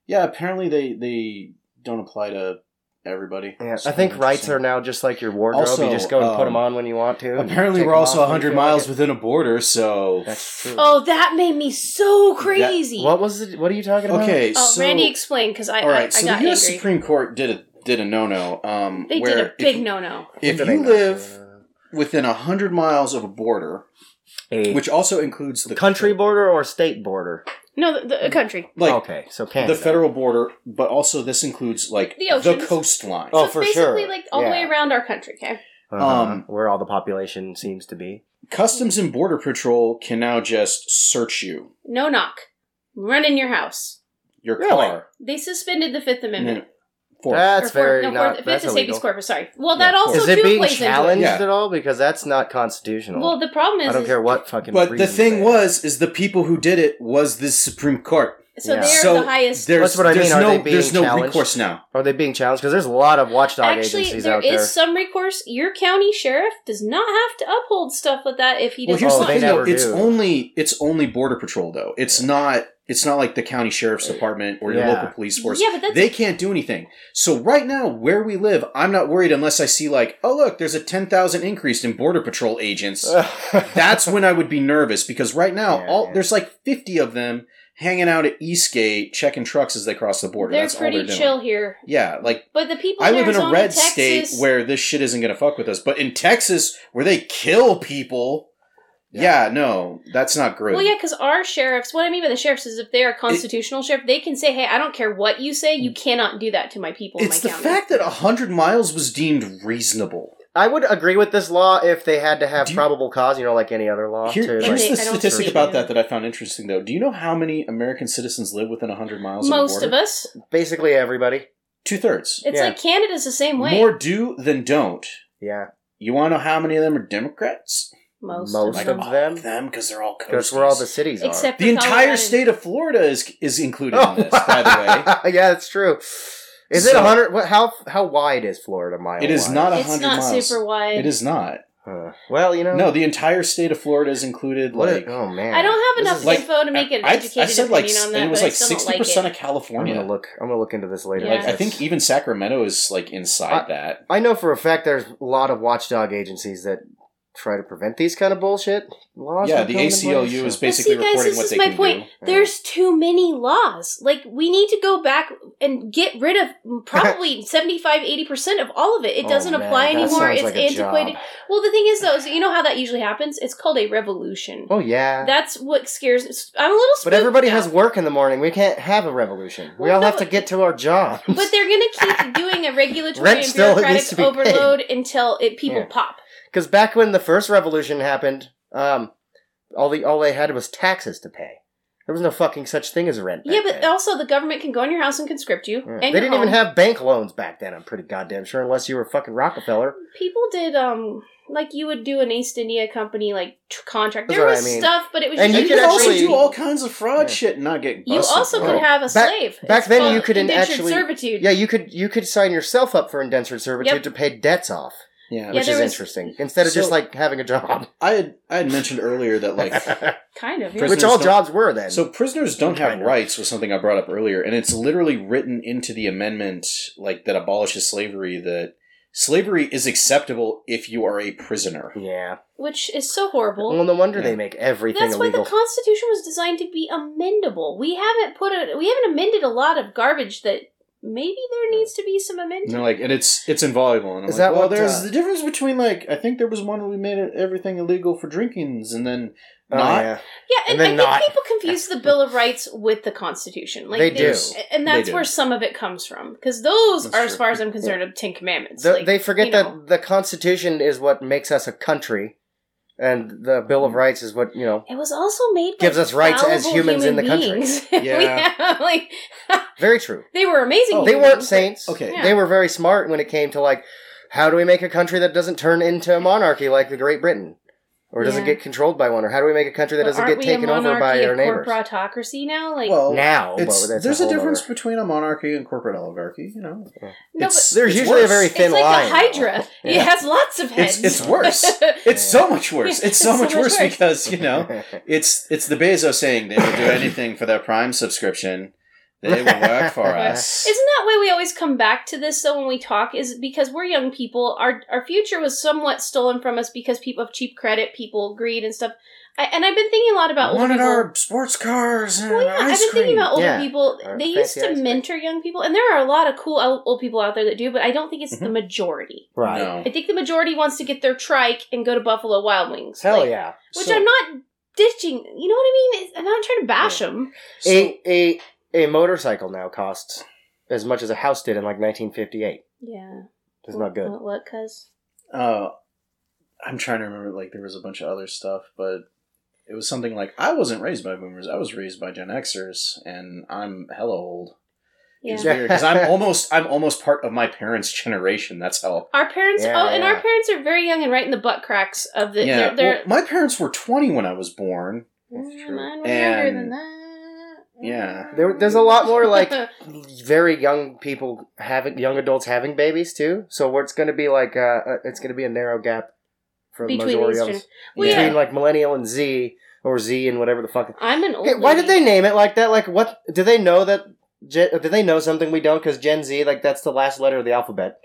[SPEAKER 1] yeah, apparently they, they don't apply to everybody.
[SPEAKER 2] Yeah,
[SPEAKER 1] So
[SPEAKER 2] I think rights
[SPEAKER 1] interesting.
[SPEAKER 2] are now just like your wardrobe.
[SPEAKER 1] Also,
[SPEAKER 2] you just go and put 'em put them
[SPEAKER 1] um,
[SPEAKER 2] on when you want to.
[SPEAKER 1] Apparently, we're also 100 miles within a border, so.
[SPEAKER 3] [laughs]
[SPEAKER 2] That's true.
[SPEAKER 3] Oh, that made me so crazy.
[SPEAKER 2] What was it? What are you talking about?
[SPEAKER 1] Okay,
[SPEAKER 3] oh,
[SPEAKER 1] so.
[SPEAKER 3] Randy, explain because I,
[SPEAKER 1] all right,
[SPEAKER 3] I, I
[SPEAKER 1] so
[SPEAKER 3] got
[SPEAKER 1] the U.S.
[SPEAKER 3] angry.
[SPEAKER 1] Supreme Court did a, did a no no. Um,
[SPEAKER 3] They
[SPEAKER 1] where
[SPEAKER 3] did a
[SPEAKER 1] if-
[SPEAKER 3] big no no.
[SPEAKER 1] If
[SPEAKER 2] What do they
[SPEAKER 1] you
[SPEAKER 2] know?
[SPEAKER 1] live within 100 miles of a border,
[SPEAKER 2] a
[SPEAKER 1] which also includes the
[SPEAKER 2] country border or state border,
[SPEAKER 3] No, the, the country.
[SPEAKER 1] like
[SPEAKER 2] okay, so Canada.
[SPEAKER 1] the federal border, but also this includes like
[SPEAKER 3] The oceans.
[SPEAKER 1] coastline.
[SPEAKER 2] Oh,
[SPEAKER 3] so it's
[SPEAKER 2] for
[SPEAKER 3] basically
[SPEAKER 2] sure.
[SPEAKER 3] like all the way
[SPEAKER 2] Yeah.
[SPEAKER 3] around our country, okay?
[SPEAKER 2] Uh-huh.
[SPEAKER 1] Um,
[SPEAKER 2] where all the population seems to be.
[SPEAKER 1] Customs and Border Patrol can now just search you,
[SPEAKER 3] No knock. Run in your house.
[SPEAKER 1] your
[SPEAKER 2] Really?
[SPEAKER 1] car.
[SPEAKER 3] They suspended the Fifth Amendment.
[SPEAKER 1] Fourth.
[SPEAKER 2] Mm. That's
[SPEAKER 3] Or fourth-
[SPEAKER 2] very
[SPEAKER 3] no,
[SPEAKER 2] not.
[SPEAKER 3] fourth-
[SPEAKER 2] that's
[SPEAKER 3] Fifth is habeas
[SPEAKER 2] illegal.
[SPEAKER 3] corpus. Sorry. Well,
[SPEAKER 1] Yeah,
[SPEAKER 3] that
[SPEAKER 1] of
[SPEAKER 3] also
[SPEAKER 1] course.
[SPEAKER 2] Is
[SPEAKER 3] too
[SPEAKER 2] it being
[SPEAKER 3] plays
[SPEAKER 2] challenged
[SPEAKER 1] Yeah.
[SPEAKER 2] at all? Because that's not constitutional.
[SPEAKER 3] into it. Well, the problem is,
[SPEAKER 2] I don't
[SPEAKER 3] is-
[SPEAKER 2] care what fucking.
[SPEAKER 1] But the
[SPEAKER 2] reason they
[SPEAKER 1] thing
[SPEAKER 2] have.
[SPEAKER 1] was, is the people who did it was the Supreme Court.
[SPEAKER 3] so
[SPEAKER 2] Yeah.
[SPEAKER 3] they are
[SPEAKER 1] So
[SPEAKER 3] the highest.
[SPEAKER 1] There's,
[SPEAKER 2] That's what I
[SPEAKER 1] there's
[SPEAKER 2] mean. Are
[SPEAKER 1] no,
[SPEAKER 2] they being
[SPEAKER 1] there's no
[SPEAKER 2] challenged?
[SPEAKER 1] recourse now.
[SPEAKER 2] are they being challenged? Because there's a lot of watchdog
[SPEAKER 3] Actually,
[SPEAKER 2] agencies
[SPEAKER 3] there
[SPEAKER 2] out there.
[SPEAKER 3] is some recourse. Your county sheriff does not have to uphold stuff like that if he
[SPEAKER 1] Well,
[SPEAKER 3] doesn't.
[SPEAKER 1] here's
[SPEAKER 2] Oh,
[SPEAKER 1] the
[SPEAKER 2] they
[SPEAKER 1] thing, though.
[SPEAKER 2] never
[SPEAKER 1] It's
[SPEAKER 2] do.
[SPEAKER 1] only it's only border patrol, though. It's not it's not like the county sheriff's department or your
[SPEAKER 2] Yeah.
[SPEAKER 1] local police force.
[SPEAKER 3] Yeah, but that's
[SPEAKER 1] they can't do anything. So right now, where we live, I'm not worried unless I see like, oh look, there's a ten thousand increase in border patrol agents.
[SPEAKER 2] [laughs]
[SPEAKER 1] [laughs] That's when I would be nervous because right now,
[SPEAKER 2] Yeah,
[SPEAKER 1] all
[SPEAKER 2] yeah.
[SPEAKER 1] there's like fifty of them hanging out at Eastgate checking trucks as they cross the border.
[SPEAKER 3] they're
[SPEAKER 1] That's
[SPEAKER 3] pretty
[SPEAKER 1] all they're
[SPEAKER 3] chill
[SPEAKER 1] Doing.
[SPEAKER 3] here.
[SPEAKER 1] Yeah, like
[SPEAKER 3] But the people
[SPEAKER 1] I
[SPEAKER 3] in
[SPEAKER 1] live in
[SPEAKER 3] Arizona,
[SPEAKER 1] a red
[SPEAKER 3] Texas,
[SPEAKER 1] state where this shit isn't gonna fuck with us, but in Texas where they kill people, yeah, no, that's not great.
[SPEAKER 3] Well, yeah, because our sheriffs. What I mean by the sheriffs is if they are a constitutional sheriff, they can say, "Hey, I don't care what you say. You cannot do that to my people
[SPEAKER 1] Mm. it's the
[SPEAKER 3] in Oh my county."
[SPEAKER 1] fact that hundred miles was deemed reasonable.
[SPEAKER 2] I would agree with this law if they had to have
[SPEAKER 1] Do you-
[SPEAKER 2] probable cause. You know, like any other law.
[SPEAKER 1] Here-
[SPEAKER 2] too.
[SPEAKER 3] And
[SPEAKER 2] Like,
[SPEAKER 1] here's
[SPEAKER 3] they-
[SPEAKER 1] the
[SPEAKER 3] I don't
[SPEAKER 1] statistic
[SPEAKER 3] see
[SPEAKER 1] about
[SPEAKER 3] it.
[SPEAKER 1] that that I found interesting, though. Do you know how many American citizens live within 100 miles
[SPEAKER 3] Most
[SPEAKER 1] of the
[SPEAKER 3] of
[SPEAKER 1] border?
[SPEAKER 3] us.
[SPEAKER 2] basically everybody.
[SPEAKER 1] Two thirds.
[SPEAKER 3] It's
[SPEAKER 2] Yeah.
[SPEAKER 3] like Canada's the same way.
[SPEAKER 1] More do than don't.
[SPEAKER 2] Yeah,
[SPEAKER 1] You want to know how many of them are Democrats?
[SPEAKER 3] most,
[SPEAKER 2] most
[SPEAKER 3] of
[SPEAKER 2] of
[SPEAKER 3] them.
[SPEAKER 1] all
[SPEAKER 2] them?
[SPEAKER 1] of them, because they're all
[SPEAKER 2] because
[SPEAKER 1] coasters.
[SPEAKER 2] where all the cities are.
[SPEAKER 3] Except
[SPEAKER 1] the
[SPEAKER 3] for
[SPEAKER 1] entire
[SPEAKER 3] Colorado.
[SPEAKER 1] state of Florida is is included in this. By the
[SPEAKER 2] way. [laughs] yeah, that's true. Is
[SPEAKER 1] So-
[SPEAKER 2] it hundred? What? How how wide is Florida? Mile.
[SPEAKER 1] way, it is
[SPEAKER 2] wise?
[SPEAKER 1] not
[SPEAKER 3] It's
[SPEAKER 1] 100
[SPEAKER 3] not
[SPEAKER 1] miles.
[SPEAKER 3] super wide. [laughs]
[SPEAKER 1] It is not.
[SPEAKER 2] Huh. Well, you know.
[SPEAKER 1] No, the entire state of Florida is included.
[SPEAKER 2] What?
[SPEAKER 1] Like
[SPEAKER 2] a- oh man.
[SPEAKER 3] I don't have
[SPEAKER 2] This
[SPEAKER 3] enough
[SPEAKER 2] is
[SPEAKER 1] like-
[SPEAKER 3] info to make an
[SPEAKER 1] I,
[SPEAKER 3] educated
[SPEAKER 1] I said, like
[SPEAKER 3] opinion on
[SPEAKER 1] and
[SPEAKER 3] that.
[SPEAKER 1] it was
[SPEAKER 3] but
[SPEAKER 1] like
[SPEAKER 3] I still don't
[SPEAKER 1] sixty
[SPEAKER 3] like
[SPEAKER 1] percent
[SPEAKER 3] it.
[SPEAKER 1] of
[SPEAKER 2] I'm
[SPEAKER 1] California.
[SPEAKER 2] gonna look. I'm gonna look into this later.
[SPEAKER 3] Yeah.
[SPEAKER 1] Like I
[SPEAKER 2] That's-
[SPEAKER 1] think e- even Sacramento is like inside that.
[SPEAKER 2] I know for a fact there's a lot of watchdog agencies that try to prevent these kind of bullshit laws.
[SPEAKER 1] Yeah,
[SPEAKER 2] from
[SPEAKER 1] the
[SPEAKER 2] coming to
[SPEAKER 1] ACLU
[SPEAKER 2] place.
[SPEAKER 1] is basically
[SPEAKER 3] but see, guys,
[SPEAKER 1] recording
[SPEAKER 3] this
[SPEAKER 1] what
[SPEAKER 3] is
[SPEAKER 1] they
[SPEAKER 3] my
[SPEAKER 1] can
[SPEAKER 3] point.
[SPEAKER 1] do.
[SPEAKER 2] Yeah.
[SPEAKER 3] There's too many laws. Like we need to go back and get rid
[SPEAKER 2] [laughs]
[SPEAKER 3] of probably 75 80% of all of it. It
[SPEAKER 2] Oh,
[SPEAKER 3] doesn't
[SPEAKER 2] man,
[SPEAKER 3] apply
[SPEAKER 2] that
[SPEAKER 3] anymore.
[SPEAKER 2] sounds
[SPEAKER 3] It's
[SPEAKER 2] like a
[SPEAKER 3] antiquated.
[SPEAKER 2] job.
[SPEAKER 3] Well, the thing is though, is you know how that usually happens? It's called a revolution.
[SPEAKER 2] Oh yeah.
[SPEAKER 3] That's what scares me. I'm a little
[SPEAKER 2] but
[SPEAKER 3] spooked
[SPEAKER 2] everybody
[SPEAKER 3] now.
[SPEAKER 2] has work in the morning. We can't have a revolution. we
[SPEAKER 3] Well,
[SPEAKER 2] all have
[SPEAKER 3] no,
[SPEAKER 2] to get to our jobs.
[SPEAKER 3] But
[SPEAKER 2] [laughs]
[SPEAKER 3] they're going to keep doing a regulatory
[SPEAKER 2] Rent
[SPEAKER 3] and
[SPEAKER 2] still needs to be
[SPEAKER 3] bureaucratic
[SPEAKER 2] paid.
[SPEAKER 3] overload until it people
[SPEAKER 2] Yeah.
[SPEAKER 3] pop.
[SPEAKER 2] Because back when the first revolution happened, um, all the all they had was taxes to pay. There was no fucking such thing as rent. back
[SPEAKER 3] Yeah, but
[SPEAKER 2] then.
[SPEAKER 3] also the government can go in your house and conscript you.
[SPEAKER 2] Yeah.
[SPEAKER 3] And
[SPEAKER 2] they
[SPEAKER 3] your
[SPEAKER 2] didn't even
[SPEAKER 3] home.
[SPEAKER 2] have bank loans back then. I'm pretty goddamn sure, unless you were fucking Rockefeller.
[SPEAKER 3] people did um like you would do an East India Company like tr- contract.
[SPEAKER 2] That's
[SPEAKER 3] There
[SPEAKER 2] what
[SPEAKER 3] was
[SPEAKER 2] I mean.
[SPEAKER 3] stuff, but it was
[SPEAKER 2] And
[SPEAKER 3] just
[SPEAKER 1] And
[SPEAKER 2] you
[SPEAKER 1] you
[SPEAKER 2] could
[SPEAKER 1] can also
[SPEAKER 2] actually-
[SPEAKER 1] do all kinds of fraud
[SPEAKER 2] Yeah.
[SPEAKER 1] shit and not get busted.
[SPEAKER 3] You also
[SPEAKER 1] bro.
[SPEAKER 3] could have a
[SPEAKER 2] Back-
[SPEAKER 3] slave.
[SPEAKER 2] back then
[SPEAKER 3] called
[SPEAKER 2] you couldn't
[SPEAKER 3] indentured
[SPEAKER 2] actually-
[SPEAKER 3] servitude.
[SPEAKER 2] Yeah, you could you could sign yourself up for indentured servitude
[SPEAKER 3] Yep.
[SPEAKER 2] to pay debts off,
[SPEAKER 1] Yeah,
[SPEAKER 3] Yeah,
[SPEAKER 2] which
[SPEAKER 1] which-
[SPEAKER 3] there
[SPEAKER 2] is
[SPEAKER 3] was-
[SPEAKER 2] interesting. Instead of just
[SPEAKER 1] So-
[SPEAKER 2] like having a job,
[SPEAKER 1] I had I had mentioned earlier
[SPEAKER 2] [laughs]
[SPEAKER 1] that [laughs] like
[SPEAKER 3] kind of. Yeah.
[SPEAKER 1] Prison-
[SPEAKER 2] which all
[SPEAKER 1] don't-
[SPEAKER 2] jobs were then.
[SPEAKER 1] so prisoners don't have
[SPEAKER 2] Kinda.
[SPEAKER 1] rights was something I brought up earlier, and it's literally written into the amendment like that abolishes slavery that slavery is acceptable if you are a prisoner.
[SPEAKER 2] yeah.
[SPEAKER 3] Which is so horrible.
[SPEAKER 2] Well, no wonder
[SPEAKER 1] Yeah.
[SPEAKER 2] they make everything
[SPEAKER 3] That's why
[SPEAKER 2] illegal.
[SPEAKER 3] the Constitution was designed to be amendable. We haven't put a we haven't amended a lot of garbage that maybe there needs to be some
[SPEAKER 1] And
[SPEAKER 3] amendment.
[SPEAKER 1] they're like, and it's it's invaluable. And I'm
[SPEAKER 2] Is
[SPEAKER 1] like,
[SPEAKER 2] that
[SPEAKER 1] well,
[SPEAKER 2] what,
[SPEAKER 1] there's
[SPEAKER 2] uh,
[SPEAKER 1] the difference between like I think there was one where we made it, everything illegal for drinkings, and then
[SPEAKER 2] Oh,
[SPEAKER 1] not
[SPEAKER 2] yeah.
[SPEAKER 3] Yeah, and,
[SPEAKER 2] And then
[SPEAKER 3] I think
[SPEAKER 2] not.
[SPEAKER 3] people confuse the Bill of Rights with the Constitution. Like
[SPEAKER 2] They do.
[SPEAKER 3] and
[SPEAKER 1] They
[SPEAKER 3] that's
[SPEAKER 1] do.
[SPEAKER 3] where some of it comes from. Because those
[SPEAKER 1] That's
[SPEAKER 3] are, as
[SPEAKER 1] true.
[SPEAKER 3] far as I'm concerned, of Ten Commandments.
[SPEAKER 2] The-
[SPEAKER 3] Like,
[SPEAKER 2] they forget
[SPEAKER 3] you
[SPEAKER 2] that
[SPEAKER 3] know.
[SPEAKER 2] the Constitution is what makes us a country, and the Bill
[SPEAKER 3] Mm-hmm.
[SPEAKER 2] of Rights is what you know.
[SPEAKER 3] It was also made by
[SPEAKER 2] Gives us rights as
[SPEAKER 3] fallible
[SPEAKER 2] humans in
[SPEAKER 3] human
[SPEAKER 2] the country.
[SPEAKER 3] beings. [laughs]
[SPEAKER 1] Yeah.
[SPEAKER 3] We have, like
[SPEAKER 2] Very true.
[SPEAKER 3] they were amazing.
[SPEAKER 1] Oh,
[SPEAKER 2] They
[SPEAKER 3] humans,
[SPEAKER 2] weren't
[SPEAKER 3] but-
[SPEAKER 2] saints.
[SPEAKER 1] Okay.
[SPEAKER 3] Yeah.
[SPEAKER 2] They were very smart when it came to like, how do we make a country that doesn't turn into a monarchy like the Great Britain, or doesn't
[SPEAKER 3] Yeah.
[SPEAKER 2] get controlled by one, or how do we make a country that
[SPEAKER 3] but
[SPEAKER 2] doesn't
[SPEAKER 3] aren't
[SPEAKER 2] get
[SPEAKER 3] we a
[SPEAKER 2] taken over by
[SPEAKER 3] monarchy of
[SPEAKER 2] our neighbors?
[SPEAKER 3] Corporate autocracy now, like
[SPEAKER 1] well,
[SPEAKER 2] now, but
[SPEAKER 1] it's,
[SPEAKER 2] that's
[SPEAKER 1] there's a,
[SPEAKER 2] whole
[SPEAKER 1] difference [laughs]
[SPEAKER 2] other-
[SPEAKER 1] between a monarchy and corporate oligarchy. You know,
[SPEAKER 3] no,
[SPEAKER 1] It's-
[SPEAKER 2] There's
[SPEAKER 1] it's
[SPEAKER 2] usually a
[SPEAKER 1] worse.
[SPEAKER 2] very
[SPEAKER 3] but
[SPEAKER 2] thin
[SPEAKER 3] it's like
[SPEAKER 2] line.
[SPEAKER 3] a hydra. It
[SPEAKER 2] [laughs] Yeah.
[SPEAKER 3] has lots of heads.
[SPEAKER 1] It's it's
[SPEAKER 3] [laughs]
[SPEAKER 1] worse. It's so much worse. It's so,
[SPEAKER 3] It's so much
[SPEAKER 1] much, worse,
[SPEAKER 3] worse.
[SPEAKER 1] because you know
[SPEAKER 2] [laughs]
[SPEAKER 1] it's it's the Bezos saying they will [laughs] do anything for their Prime subscription. They will work [laughs] for us.
[SPEAKER 3] Isn't that why we always come back to this though when we talk? Is because we're young people. Our our future was somewhat stolen from us because people of cheap credit, people greed and stuff. I, and I've been thinking a lot
[SPEAKER 1] I
[SPEAKER 3] about older
[SPEAKER 1] wanted
[SPEAKER 3] people.
[SPEAKER 1] our sports cars and
[SPEAKER 3] Well, Oh, yeah, I've
[SPEAKER 1] ice
[SPEAKER 3] been
[SPEAKER 1] cream.
[SPEAKER 3] thinking about older
[SPEAKER 2] Yeah.
[SPEAKER 3] people.
[SPEAKER 2] Or
[SPEAKER 3] They
[SPEAKER 2] fancy
[SPEAKER 3] used
[SPEAKER 2] ice
[SPEAKER 3] to
[SPEAKER 2] cream.
[SPEAKER 3] mentor young people, and there are a lot of cool ol- old people out there that do, but I don't think it's
[SPEAKER 2] Mm-hmm.
[SPEAKER 3] the majority.
[SPEAKER 2] right.
[SPEAKER 1] No.
[SPEAKER 3] I think the majority wants to get their trike and go to Buffalo Wild Wings.
[SPEAKER 2] Hell
[SPEAKER 3] Like,
[SPEAKER 2] yeah.
[SPEAKER 3] Which
[SPEAKER 1] So-
[SPEAKER 3] I'm not ditching. You know what I mean? It's- I'm not trying to bash them.
[SPEAKER 1] so-
[SPEAKER 2] a a a motorcycle now costs as much as a house did in like 1958.
[SPEAKER 3] Yeah.
[SPEAKER 2] It's not good.
[SPEAKER 3] What, what, cuz?
[SPEAKER 1] Uh, I'm trying to remember. Like there was a bunch of other stuff, but it was something like I wasn't raised by boomers. I was raised by Gen Xers, and I'm hella old.
[SPEAKER 3] Yeah.
[SPEAKER 1] It's weird because [laughs] I'm almost I'm almost part of my parents' generation. That's how.
[SPEAKER 3] Our parents,
[SPEAKER 2] Yeah,
[SPEAKER 3] oh, and our
[SPEAKER 2] yeah.
[SPEAKER 3] parents are very young and right in the butt cracks of the.
[SPEAKER 1] yeah,
[SPEAKER 3] they're, they're,
[SPEAKER 1] well, my parents were 20 when I was born.
[SPEAKER 2] That's true.
[SPEAKER 3] Mine were younger
[SPEAKER 1] And-
[SPEAKER 3] than that. Mm.
[SPEAKER 1] yeah.
[SPEAKER 2] There- there's a lot more, like- very young people having young adults having babies too. So where it's going to be like uh, uh, it's going to be a narrow gap for the
[SPEAKER 3] Between
[SPEAKER 2] majority of
[SPEAKER 3] these
[SPEAKER 2] us
[SPEAKER 3] Well,
[SPEAKER 2] between
[SPEAKER 3] yeah.
[SPEAKER 2] like millennial and Z or Z and whatever the fuck.
[SPEAKER 3] [laughs] I'm an old.
[SPEAKER 2] Okay, why did
[SPEAKER 3] lady.
[SPEAKER 2] they name it like that? Like what? Do they know that? Gen, do they know something we don't? Because Gen Z, like that's the last letter of the alphabet.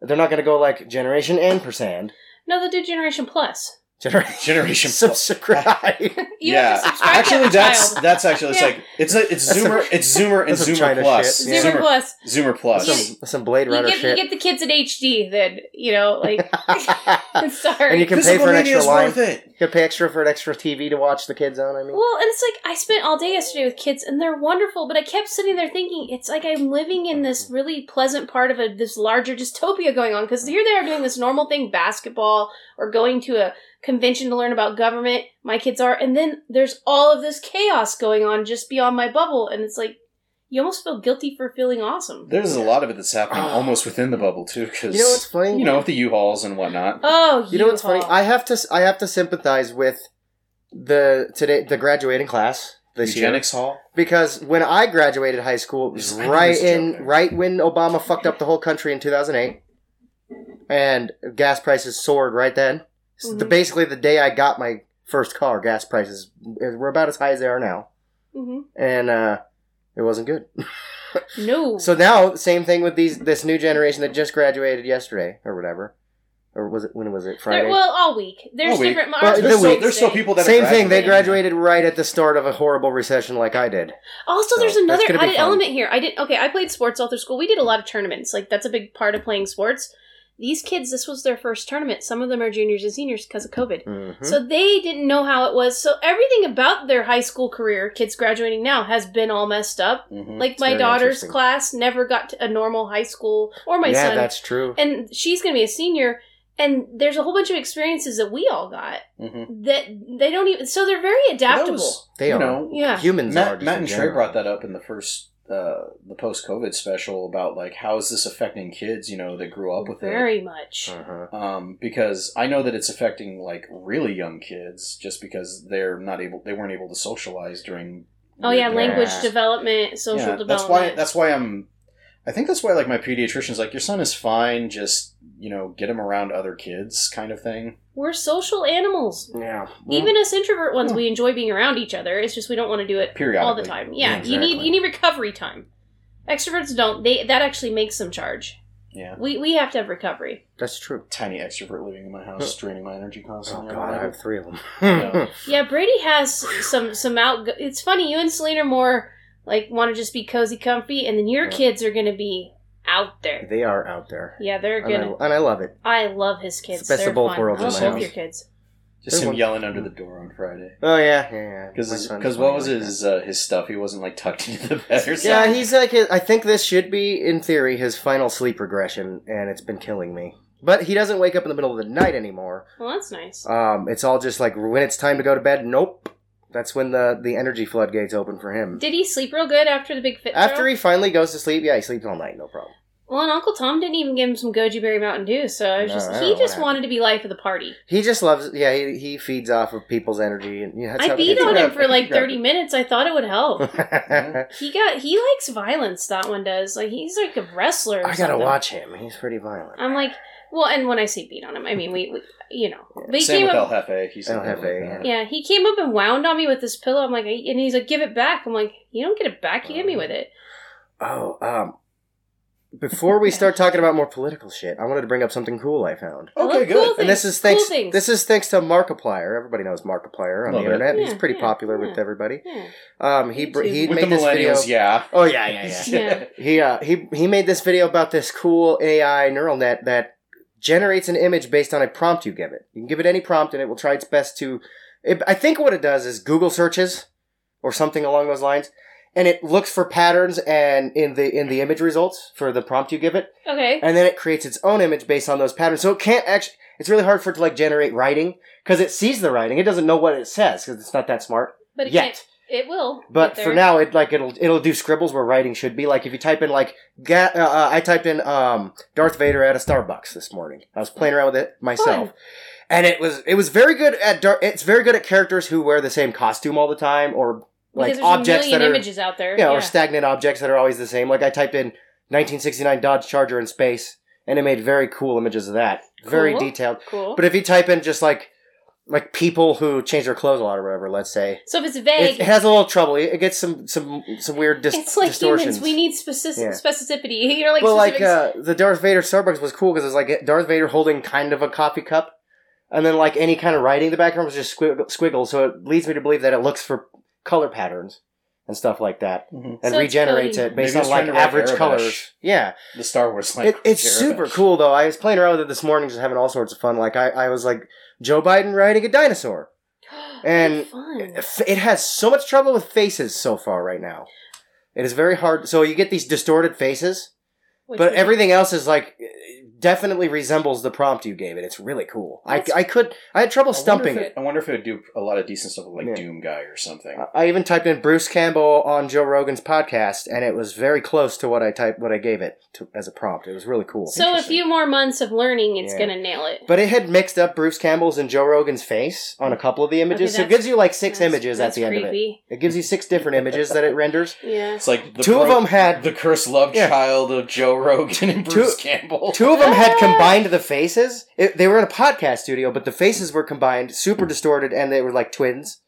[SPEAKER 2] They're not going to go like generation ampersand
[SPEAKER 3] No, they do Generation Plus.
[SPEAKER 2] [laughs] generation
[SPEAKER 1] Generation Plus.
[SPEAKER 2] subscribe.
[SPEAKER 3] [laughs] You
[SPEAKER 1] yeah,
[SPEAKER 3] have to subscribe
[SPEAKER 1] actually,
[SPEAKER 3] to that
[SPEAKER 1] that's
[SPEAKER 3] child.
[SPEAKER 1] that's actually it's
[SPEAKER 3] Yeah.
[SPEAKER 1] like it's a, it's
[SPEAKER 2] That's some-
[SPEAKER 1] Zoomer it's Zoomer and
[SPEAKER 2] that's some
[SPEAKER 1] Zoomer
[SPEAKER 2] China
[SPEAKER 1] Plus.
[SPEAKER 2] shit.
[SPEAKER 3] Zoomer
[SPEAKER 1] Zoomer,
[SPEAKER 3] Plus.
[SPEAKER 1] Zoomer Plus.
[SPEAKER 3] You-
[SPEAKER 2] some, some Blade
[SPEAKER 3] You
[SPEAKER 2] Runner
[SPEAKER 3] get, you
[SPEAKER 2] shit.
[SPEAKER 3] get the kids at HD then, you know, like, [laughs]
[SPEAKER 2] [laughs]
[SPEAKER 3] sorry.
[SPEAKER 2] and you can pay
[SPEAKER 1] Physical
[SPEAKER 2] for an
[SPEAKER 1] media
[SPEAKER 2] extra
[SPEAKER 1] is
[SPEAKER 2] line.
[SPEAKER 1] worth it.
[SPEAKER 2] You could pay extra for an extra TV to watch the kids on. I mean,
[SPEAKER 3] Well, and it's like I spent all day yesterday with kids, and they're wonderful. But I kept sitting there thinking, it's like I'm living in this really pleasant part of a, this larger dystopia going on. Because here they are doing this normal thing, basketball or going to a convention to learn about government. My kids are, and then there's all of this chaos going on just beyond my bubble, and it's like you almost feel guilty for feeling awesome.
[SPEAKER 1] There's a lot of it that's happening almost within the bubble too, because
[SPEAKER 2] you know what's funny?
[SPEAKER 1] you know with the U-Hauls and whatnot.
[SPEAKER 3] Oh,
[SPEAKER 2] You know what's funny?
[SPEAKER 3] I,
[SPEAKER 2] I have to I have to sympathize with the today the graduating class this year
[SPEAKER 1] Eugenics Hall.
[SPEAKER 2] because when I graduated high school, it was
[SPEAKER 1] Just- I know
[SPEAKER 2] right
[SPEAKER 1] this
[SPEAKER 2] in
[SPEAKER 1] joke.
[SPEAKER 2] right when Obama fucked up the whole country in 2008, and gas prices soared right then. So
[SPEAKER 1] Mm-hmm.
[SPEAKER 2] the,
[SPEAKER 3] Mhm.
[SPEAKER 2] basically, the day I got my first car, gas prices eh, were about as high as they are now,
[SPEAKER 3] mm-hmm.
[SPEAKER 2] and uh, it wasn't good.
[SPEAKER 3] no.
[SPEAKER 2] So now, same thing with these this new generation that just graduated yesterday or whatever, or was it when was it Friday?
[SPEAKER 3] There- well, all week. There's
[SPEAKER 1] All week.
[SPEAKER 3] different.
[SPEAKER 2] Well,
[SPEAKER 3] ours
[SPEAKER 2] the
[SPEAKER 3] was
[SPEAKER 1] There's still,
[SPEAKER 2] week.
[SPEAKER 1] there's still
[SPEAKER 3] Wednesday.
[SPEAKER 1] people that are
[SPEAKER 2] Same thing. They graduated
[SPEAKER 1] graduating.
[SPEAKER 2] right at the start of a horrible recession, like I did.
[SPEAKER 3] Also,
[SPEAKER 2] So,
[SPEAKER 3] there's
[SPEAKER 2] that's
[SPEAKER 3] another
[SPEAKER 2] gonna be
[SPEAKER 3] added
[SPEAKER 2] fun.
[SPEAKER 3] element here. I did okay. I played sports all through school. We did a lot of tournaments. Like that's a big part of playing sports. These kids, this was their first tournament. Some of them are juniors and seniors because of COVID.
[SPEAKER 2] Mm-hmm.
[SPEAKER 3] So they didn't know how it was. So everything about their high school career, kids graduating now, has been all messed up.
[SPEAKER 1] Mhm.
[SPEAKER 3] Like my
[SPEAKER 2] Hmm, very
[SPEAKER 3] daughter's
[SPEAKER 2] interesting.
[SPEAKER 3] class never got to a normal high school, or my
[SPEAKER 2] yeah,
[SPEAKER 3] son,
[SPEAKER 2] that's true.
[SPEAKER 3] and she's going to be a senior. And there's a whole bunch of experiences that we all got
[SPEAKER 1] Mhm.
[SPEAKER 3] that they don't even. So they're very
[SPEAKER 1] That
[SPEAKER 3] adaptable.
[SPEAKER 1] was,
[SPEAKER 2] They
[SPEAKER 1] you
[SPEAKER 2] are
[SPEAKER 1] know,
[SPEAKER 3] yeah.
[SPEAKER 2] humans. are
[SPEAKER 1] Matt,
[SPEAKER 2] just
[SPEAKER 1] Matt
[SPEAKER 2] in
[SPEAKER 1] and Trey
[SPEAKER 2] general.
[SPEAKER 1] brought that up in the first uh, the post COVID special about like how is this affecting kids, you know, that grew up with it.
[SPEAKER 3] very much.
[SPEAKER 2] Uh-huh.
[SPEAKER 1] Um, because I know that it's affecting like really young kids just because they're not able they weren't able to socialize during
[SPEAKER 3] Oh yeah,
[SPEAKER 1] their-
[SPEAKER 3] language
[SPEAKER 2] Yeah.
[SPEAKER 3] development, social
[SPEAKER 1] Yeah,
[SPEAKER 3] development.
[SPEAKER 1] That's why that's why I'm I think that's why like my pediatrician's like, Your son is fine, just you know, get him around other kids kind of thing.
[SPEAKER 3] We're social animals.
[SPEAKER 2] Yeah.
[SPEAKER 3] Even us introvert ones,
[SPEAKER 1] Yeah.
[SPEAKER 3] we enjoy being around each other. It's just we don't want to do it
[SPEAKER 1] Periodically.
[SPEAKER 3] all the time. Yeah,
[SPEAKER 2] Yeah,
[SPEAKER 3] you need
[SPEAKER 2] exactly.
[SPEAKER 3] you need recovery time. Extroverts don't. They that actually makes them charge.
[SPEAKER 1] Yeah.
[SPEAKER 3] We we have to have recovery.
[SPEAKER 2] that's true.
[SPEAKER 1] Tiny extrovert living in my house, draining my energy
[SPEAKER 2] Oh
[SPEAKER 1] constantly.
[SPEAKER 2] god, I have three of them.
[SPEAKER 1] Yeah.
[SPEAKER 3] Yeah, Brady has some some out. It's funny you and Selena are more like want to just be cozy, comfy, and then your
[SPEAKER 2] Yeah.
[SPEAKER 3] kids are gonna be out there.
[SPEAKER 2] [laughs] they are out there,
[SPEAKER 3] Yeah, they're
[SPEAKER 2] and, I,
[SPEAKER 3] gonna.
[SPEAKER 2] and I love it.
[SPEAKER 3] I love his kids.
[SPEAKER 2] the best
[SPEAKER 3] they're
[SPEAKER 2] of both
[SPEAKER 3] fun.
[SPEAKER 2] worlds
[SPEAKER 3] I
[SPEAKER 1] in my
[SPEAKER 3] love
[SPEAKER 1] house.
[SPEAKER 3] your kids.
[SPEAKER 1] Just him
[SPEAKER 2] Everyone-
[SPEAKER 1] yelling under the door on Friday.
[SPEAKER 2] Oh yeah, yeah, yeah. Hmm. My
[SPEAKER 1] Because
[SPEAKER 2] son's
[SPEAKER 1] because what
[SPEAKER 2] funny
[SPEAKER 1] was
[SPEAKER 2] like that.
[SPEAKER 1] his uh, his stuff? He wasn't like tucked into the [laughs] bed or something.
[SPEAKER 2] Yeah, he's like. I think this should be, in theory, his final sleep regression, and it's been killing me. But he doesn't wake up in the middle of the night anymore.
[SPEAKER 3] Well, that's nice.
[SPEAKER 2] Um, it's all just like when it's time to go to bed. Nope, that's when the the energy floodgates open for him.
[SPEAKER 3] Did he sleep real good after the big fit?
[SPEAKER 2] After
[SPEAKER 3] throw?
[SPEAKER 2] he finally goes to sleep, yeah, he sleeps all night, no problem.
[SPEAKER 3] well, and Uncle Tom didn't even give him some goji berry Mountain Dew, so I was
[SPEAKER 2] No,
[SPEAKER 3] just
[SPEAKER 2] I don't
[SPEAKER 3] he
[SPEAKER 2] know
[SPEAKER 3] just
[SPEAKER 2] what
[SPEAKER 3] wanted to be life of the party.
[SPEAKER 2] He just loves. Yeah, he, he feeds off of people's energy, and yeah, that's
[SPEAKER 3] I
[SPEAKER 2] how
[SPEAKER 3] beat
[SPEAKER 2] kids
[SPEAKER 3] on
[SPEAKER 2] are.
[SPEAKER 3] him
[SPEAKER 1] grab-
[SPEAKER 3] for like
[SPEAKER 1] grab
[SPEAKER 3] thirty minutes. I thought it would help.
[SPEAKER 2] [laughs]
[SPEAKER 1] Yeah.
[SPEAKER 2] I
[SPEAKER 3] he got he likes violence. That one does. Like he's like a wrestler. or
[SPEAKER 2] gotta
[SPEAKER 3] something. Um,
[SPEAKER 2] watch him. He's pretty violent.
[SPEAKER 3] I'm like, well, and when I say beat on him, I mean we, we you know, but he
[SPEAKER 1] Same
[SPEAKER 3] came
[SPEAKER 1] with El
[SPEAKER 3] up.
[SPEAKER 1] Jefe. He's
[SPEAKER 2] El
[SPEAKER 1] like that
[SPEAKER 2] Jefe,
[SPEAKER 1] like that.
[SPEAKER 3] Yeah, he came up and wound on me with this pillow. I'm like, I- and he's like, give it back. I'm like, you don't get it back. You hit me with it.
[SPEAKER 2] Oh, um, before we start talking about more political shit, I wanted to bring up something cool I found.
[SPEAKER 3] I
[SPEAKER 1] Okay,
[SPEAKER 3] love
[SPEAKER 1] good.
[SPEAKER 3] cool
[SPEAKER 2] and this
[SPEAKER 3] things,
[SPEAKER 2] is thanks.
[SPEAKER 3] cool things.
[SPEAKER 2] This is thanks to Markiplier. Everybody knows Markiplier on
[SPEAKER 1] Love
[SPEAKER 2] the
[SPEAKER 1] it.
[SPEAKER 2] internet. He's
[SPEAKER 3] Yeah,
[SPEAKER 2] pretty
[SPEAKER 3] yeah,
[SPEAKER 2] popular with
[SPEAKER 3] yeah.
[SPEAKER 2] everybody.
[SPEAKER 3] Yeah.
[SPEAKER 2] Um, he
[SPEAKER 3] Me
[SPEAKER 2] br- he
[SPEAKER 3] too.
[SPEAKER 1] With
[SPEAKER 2] made
[SPEAKER 1] the
[SPEAKER 2] this video.
[SPEAKER 1] millennials, [laughs] yeah.
[SPEAKER 2] Oh yeah, yeah, yeah.
[SPEAKER 3] Yeah.
[SPEAKER 2] he uh, he he made this video about this cool AI neural net that generates an image based on a prompt you give it. You can give it any prompt, and it will try its best to. It, I think what it does is Google searches or something along those lines, and it looks for patterns and in the in the image results for the prompt you give it,
[SPEAKER 3] Okay.
[SPEAKER 2] and then it creates its own image based on those patterns. So it can't actually. It's really hard for it to like generate writing because it sees the writing. It doesn't know what it says because it's not that smart
[SPEAKER 3] But it
[SPEAKER 2] yet.
[SPEAKER 3] can't. It will.
[SPEAKER 2] But
[SPEAKER 3] get there.
[SPEAKER 2] for now, it like it'll it'll do scribbles where writing should be. Like if you type in like ga- uh, uh, I typed in um, Darth Vader at a Starbucks this morning. I was playing around with it myself,
[SPEAKER 3] Fun.
[SPEAKER 2] and it was it was very good at Dar- it's very good at characters who wear the same costume all the time or like
[SPEAKER 3] because there's
[SPEAKER 2] objects
[SPEAKER 3] a
[SPEAKER 2] that
[SPEAKER 3] million
[SPEAKER 2] are
[SPEAKER 3] images out there.
[SPEAKER 2] yeah, or stagnant objects that are always the same. Like I typed in 1969 Dodge Charger in space, and it made very cool images of that, very
[SPEAKER 3] Cool.
[SPEAKER 2] detailed.
[SPEAKER 3] cool.
[SPEAKER 2] But if you type in just like like people who change their clothes a lot or whatever, let's say
[SPEAKER 3] so if it's
[SPEAKER 2] it,
[SPEAKER 3] vague,
[SPEAKER 2] it has a little trouble. It it gets some some some weird dis-
[SPEAKER 3] it's like
[SPEAKER 2] distortions.
[SPEAKER 3] humans. We need specific
[SPEAKER 2] Yeah.
[SPEAKER 3] specificity. [laughs] You know, like
[SPEAKER 2] well, like
[SPEAKER 3] specifics.
[SPEAKER 2] uh, the Darth Vader Starbucks was cool because it was like Darth Vader holding kind of a coffee cup, and then like any kind of writing in the background was just squiggle, squiggle. So it leads me to believe that it looks for color patterns and stuff like that,
[SPEAKER 1] Mhm.
[SPEAKER 2] and
[SPEAKER 3] So it's
[SPEAKER 2] regenerates
[SPEAKER 3] coding.
[SPEAKER 2] it based
[SPEAKER 1] Maybe it's
[SPEAKER 2] on like
[SPEAKER 1] trying to write
[SPEAKER 2] average
[SPEAKER 1] Arabic.
[SPEAKER 2] colors. Yeah,
[SPEAKER 1] The Star Wars
[SPEAKER 2] it,
[SPEAKER 1] language.
[SPEAKER 2] it's
[SPEAKER 1] Arabic.
[SPEAKER 2] super cool though. I was playing around with it this morning, just having all sorts of fun. Like I, I was like Joe Biden riding a dinosaur. uh,
[SPEAKER 3] [gasps]
[SPEAKER 2] and-
[SPEAKER 3] fun.
[SPEAKER 2] F- It has so much trouble with faces so far right now. It is very hard. So you get these distorted faces,
[SPEAKER 3] Which
[SPEAKER 2] but
[SPEAKER 3] would-
[SPEAKER 2] everything else is like definitely resembles the prompt you gave it. It's really cool. I,
[SPEAKER 3] That's-
[SPEAKER 2] I could I had trouble stumping
[SPEAKER 1] I wonder if
[SPEAKER 2] it.
[SPEAKER 1] it. I wonder if it would do a lot of decent stuff with like
[SPEAKER 2] Yeah. Uh,
[SPEAKER 1] Doom Guy or something.
[SPEAKER 2] I- I even typed in Bruce Campbell on Joe Rogan's podcast, and it was very close to what I typed what I gave it to, as a prompt. It was really cool.
[SPEAKER 3] so a
[SPEAKER 1] Interesting.
[SPEAKER 3] few more months of learning, it's
[SPEAKER 2] Yeah.
[SPEAKER 3] gonna nail it.
[SPEAKER 2] But it had mixed up Bruce Campbell's and Joe Rogan's face on a couple of the images.
[SPEAKER 3] Okay,
[SPEAKER 2] so it
[SPEAKER 3] that's-
[SPEAKER 2] gives you like six
[SPEAKER 3] That's-
[SPEAKER 2] images at
[SPEAKER 3] that's
[SPEAKER 2] the end of it.
[SPEAKER 3] creepy.
[SPEAKER 2] It gives you six different images that it
[SPEAKER 3] [laughs]
[SPEAKER 2] renders.
[SPEAKER 3] Yeah.
[SPEAKER 1] It's like the
[SPEAKER 2] two of
[SPEAKER 1] pro-
[SPEAKER 2] them had
[SPEAKER 1] the cursed love
[SPEAKER 2] Yeah.
[SPEAKER 1] child of Joe Rogan and
[SPEAKER 2] Two-
[SPEAKER 1] Bruce Campbell.
[SPEAKER 2] two of them had
[SPEAKER 3] Ah!
[SPEAKER 2] combined the faces. It, they were in a podcast studio, but the faces were combined, super distorted, and they were like twins.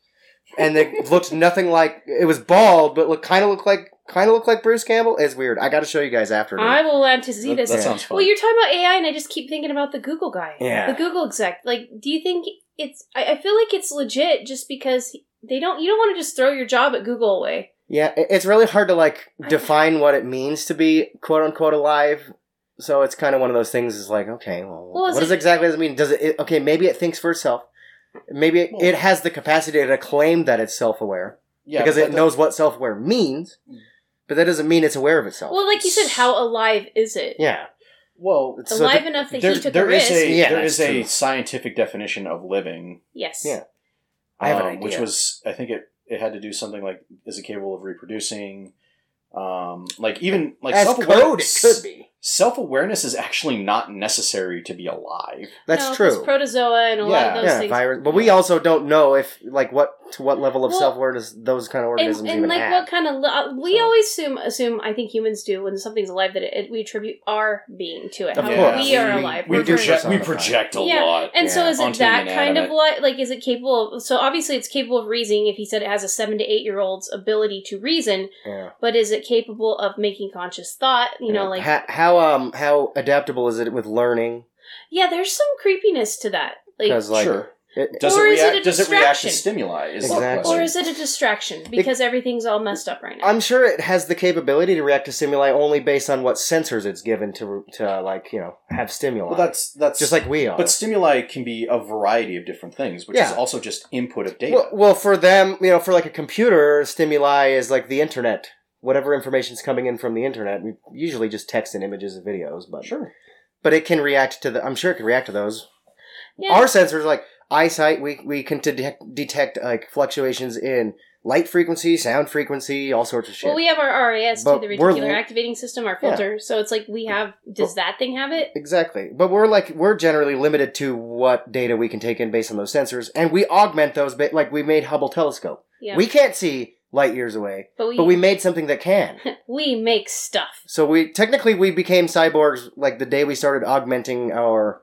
[SPEAKER 2] And
[SPEAKER 3] [laughs]
[SPEAKER 2] they looked nothing like it was bald, but look kind of looked like kind of looked like Bruce Campbell. It's weird. I got to show you guys after.
[SPEAKER 3] I will have to see
[SPEAKER 1] [laughs] That-
[SPEAKER 3] this.
[SPEAKER 1] That sounds fun.
[SPEAKER 3] Well, you're talking about AI, and I just keep thinking about the Google guy.
[SPEAKER 2] Yeah.
[SPEAKER 3] The Google exec. Like, do you think it's. I, I feel like it's legit just because they don't. You don't want to just throw your job at Google away.
[SPEAKER 2] Yeah, it- it's really hard to like
[SPEAKER 3] I-
[SPEAKER 2] define what it means to be quote unquote alive. So it's kind of one of those things. Is like, okay, well,
[SPEAKER 3] Well, is
[SPEAKER 2] what does
[SPEAKER 3] it-
[SPEAKER 2] exactly does it mean? Does it, it? Okay, maybe it thinks for itself. Maybe it, it has the capacity to claim that it's self-aware
[SPEAKER 1] yeah,
[SPEAKER 2] because
[SPEAKER 1] but
[SPEAKER 2] it
[SPEAKER 1] that-
[SPEAKER 2] knows what self-aware means. But that doesn't mean it's aware of itself.
[SPEAKER 3] Well, like you said, how alive is it?
[SPEAKER 2] yeah,
[SPEAKER 1] Well,
[SPEAKER 2] It's- so
[SPEAKER 3] Alive enough that
[SPEAKER 1] there,
[SPEAKER 3] he took
[SPEAKER 1] there
[SPEAKER 3] a risk.
[SPEAKER 1] is a
[SPEAKER 2] Yeah,
[SPEAKER 1] there
[SPEAKER 2] that's
[SPEAKER 1] is a
[SPEAKER 2] true.
[SPEAKER 1] scientific definition of living,
[SPEAKER 3] yes.
[SPEAKER 2] Yeah. I have an
[SPEAKER 1] um,
[SPEAKER 2] idea.
[SPEAKER 1] which was I think it it had to do something like is it capable of reproducing, um, like even like
[SPEAKER 2] as
[SPEAKER 1] self-aware-
[SPEAKER 2] code, it could be.
[SPEAKER 1] self-awareness is actually not necessary to be alive.
[SPEAKER 2] That's
[SPEAKER 3] No, 'cause
[SPEAKER 2] true.
[SPEAKER 3] Protozoa and a lot of
[SPEAKER 1] Yeah.
[SPEAKER 3] those
[SPEAKER 2] yeah,
[SPEAKER 3] things.
[SPEAKER 2] virus. But we also don't know if like what to what level of
[SPEAKER 3] Well,
[SPEAKER 2] self-awareness those kind of
[SPEAKER 3] and,
[SPEAKER 2] organisms
[SPEAKER 3] and
[SPEAKER 2] even
[SPEAKER 3] like
[SPEAKER 2] have.
[SPEAKER 3] what kind of lo- uh, we
[SPEAKER 2] So.
[SPEAKER 3] always assume assume I think humans do when something's alive that it, it- we attribute our being to it.
[SPEAKER 2] Of
[SPEAKER 3] how
[SPEAKER 2] course.
[SPEAKER 3] we are
[SPEAKER 2] We-
[SPEAKER 3] alive.
[SPEAKER 1] We
[SPEAKER 3] We're
[SPEAKER 2] do
[SPEAKER 3] very-
[SPEAKER 1] project, we
[SPEAKER 2] personify.
[SPEAKER 1] project a
[SPEAKER 3] Yeah,
[SPEAKER 1] lot.
[SPEAKER 3] And so
[SPEAKER 2] Yeah.
[SPEAKER 3] is it
[SPEAKER 1] Onto the
[SPEAKER 3] that kind of
[SPEAKER 1] inanimate.
[SPEAKER 3] like like is it capable of so obviously it's capable of reasoning if he said it has a 7 to 8 year old's ability to reason
[SPEAKER 2] yeah.
[SPEAKER 3] but is it capable of making conscious thought you know
[SPEAKER 2] Yeah.
[SPEAKER 3] like
[SPEAKER 2] how, how um how adaptable is it with learning?
[SPEAKER 3] yeah there's some creepiness to that like
[SPEAKER 2] Because like
[SPEAKER 1] sure.
[SPEAKER 2] it,
[SPEAKER 1] Does
[SPEAKER 3] Or
[SPEAKER 1] it
[SPEAKER 3] is it
[SPEAKER 1] react?
[SPEAKER 3] a
[SPEAKER 1] does it react to
[SPEAKER 3] distraction?
[SPEAKER 1] stimuli? Is
[SPEAKER 2] Exactly.
[SPEAKER 1] the
[SPEAKER 3] or
[SPEAKER 1] question.
[SPEAKER 3] is it a distraction because everything's all messed up right now
[SPEAKER 2] I'm sure it has the capability to react to stimuli only based on what sensors it's given to to uh, like you know have stimuli.
[SPEAKER 1] well, that's that's
[SPEAKER 2] just like we are.
[SPEAKER 1] But stimuli can be a variety of different things, which is
[SPEAKER 2] Yeah.
[SPEAKER 1] also just input of data.
[SPEAKER 2] well, well, for them, you know, for like a computer, stimuli is like the internet. Whatever information's coming in from the internet, we usually just text and images and videos, but
[SPEAKER 1] sure.
[SPEAKER 2] but it can react to the. I'm sure it can react to those.
[SPEAKER 3] yeah.
[SPEAKER 2] Our sensors, like eyesight, we we can detect, detect like fluctuations in light frequency, sound frequency, all sorts of shit.
[SPEAKER 3] well we have our RAS too
[SPEAKER 2] But
[SPEAKER 3] the
[SPEAKER 2] we're-
[SPEAKER 3] reticular activating system our
[SPEAKER 2] Yeah.
[SPEAKER 3] filter so it's like we have does that thing have it
[SPEAKER 2] Exactly. But we're like we're generally limited to what data we can take in based on those sensors and we augment those ba- like we made Hubble telescope.
[SPEAKER 3] yeah
[SPEAKER 2] We can't see light years away,
[SPEAKER 3] but we
[SPEAKER 2] but we made something that
[SPEAKER 3] [laughs]
[SPEAKER 2] can.
[SPEAKER 3] we make stuff
[SPEAKER 2] so we technically we became cyborgs like the day we started augmenting our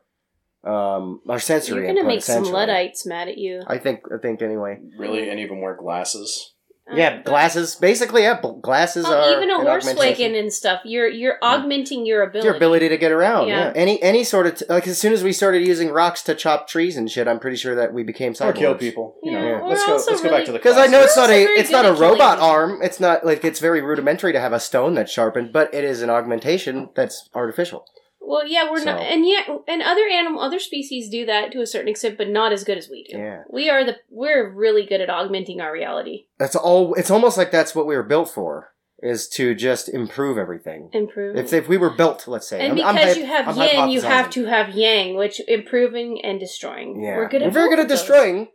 [SPEAKER 2] um our sensory
[SPEAKER 3] you're
[SPEAKER 2] input,
[SPEAKER 3] gonna make some
[SPEAKER 2] essentially.
[SPEAKER 3] luddites mad at you
[SPEAKER 2] I think I think anyway.
[SPEAKER 1] Really, any of them wear glasses?
[SPEAKER 2] yeah,
[SPEAKER 3] glass.
[SPEAKER 2] glasses. Basically, yeah, bl- glasses
[SPEAKER 3] Oh,
[SPEAKER 2] are
[SPEAKER 3] Um, Uh, even a
[SPEAKER 2] an
[SPEAKER 3] horse
[SPEAKER 2] augmentation.
[SPEAKER 3] wagon and stuff. You're you're augmenting your ability.
[SPEAKER 2] your ability to get around. Yeah.
[SPEAKER 3] Yeah.
[SPEAKER 2] Any any sort of t- like as soon as we started using rocks to chop trees and shit, I'm pretty sure that we became cyborgs.
[SPEAKER 1] Or kill people? You know,
[SPEAKER 3] Yeah,
[SPEAKER 2] Yeah.
[SPEAKER 3] we're
[SPEAKER 1] let's go. Let's
[SPEAKER 3] also
[SPEAKER 1] go back
[SPEAKER 3] really-
[SPEAKER 1] to the
[SPEAKER 2] Because I know
[SPEAKER 1] classic.
[SPEAKER 2] it's not a
[SPEAKER 3] We're also very
[SPEAKER 2] it's not
[SPEAKER 3] good
[SPEAKER 2] a
[SPEAKER 3] at killing
[SPEAKER 2] robot
[SPEAKER 3] people.
[SPEAKER 2] arm. It's not like it's very rudimentary to have a stone that's sharpened, but it is an augmentation that's artificial.
[SPEAKER 3] Well, yeah, we're not,
[SPEAKER 2] So-
[SPEAKER 3] and yet, and other animal, other species do that to a certain extent, but not as good as we do.
[SPEAKER 2] Yeah.
[SPEAKER 3] We are the we're really good at augmenting our reality,
[SPEAKER 2] That's all. It's almost like that's what we were built for is to just improve everything.
[SPEAKER 3] improving.
[SPEAKER 2] If, if we were built, let's say,
[SPEAKER 3] and
[SPEAKER 2] I'm- I'm
[SPEAKER 3] because
[SPEAKER 2] hy-
[SPEAKER 3] you have
[SPEAKER 2] I'm
[SPEAKER 3] yin, you have
[SPEAKER 2] hypothesizing.
[SPEAKER 3] to have yang, which improving and destroying.
[SPEAKER 2] Yeah,
[SPEAKER 3] We're good. At
[SPEAKER 2] very
[SPEAKER 3] both
[SPEAKER 2] good at
[SPEAKER 3] of those.
[SPEAKER 2] destroying.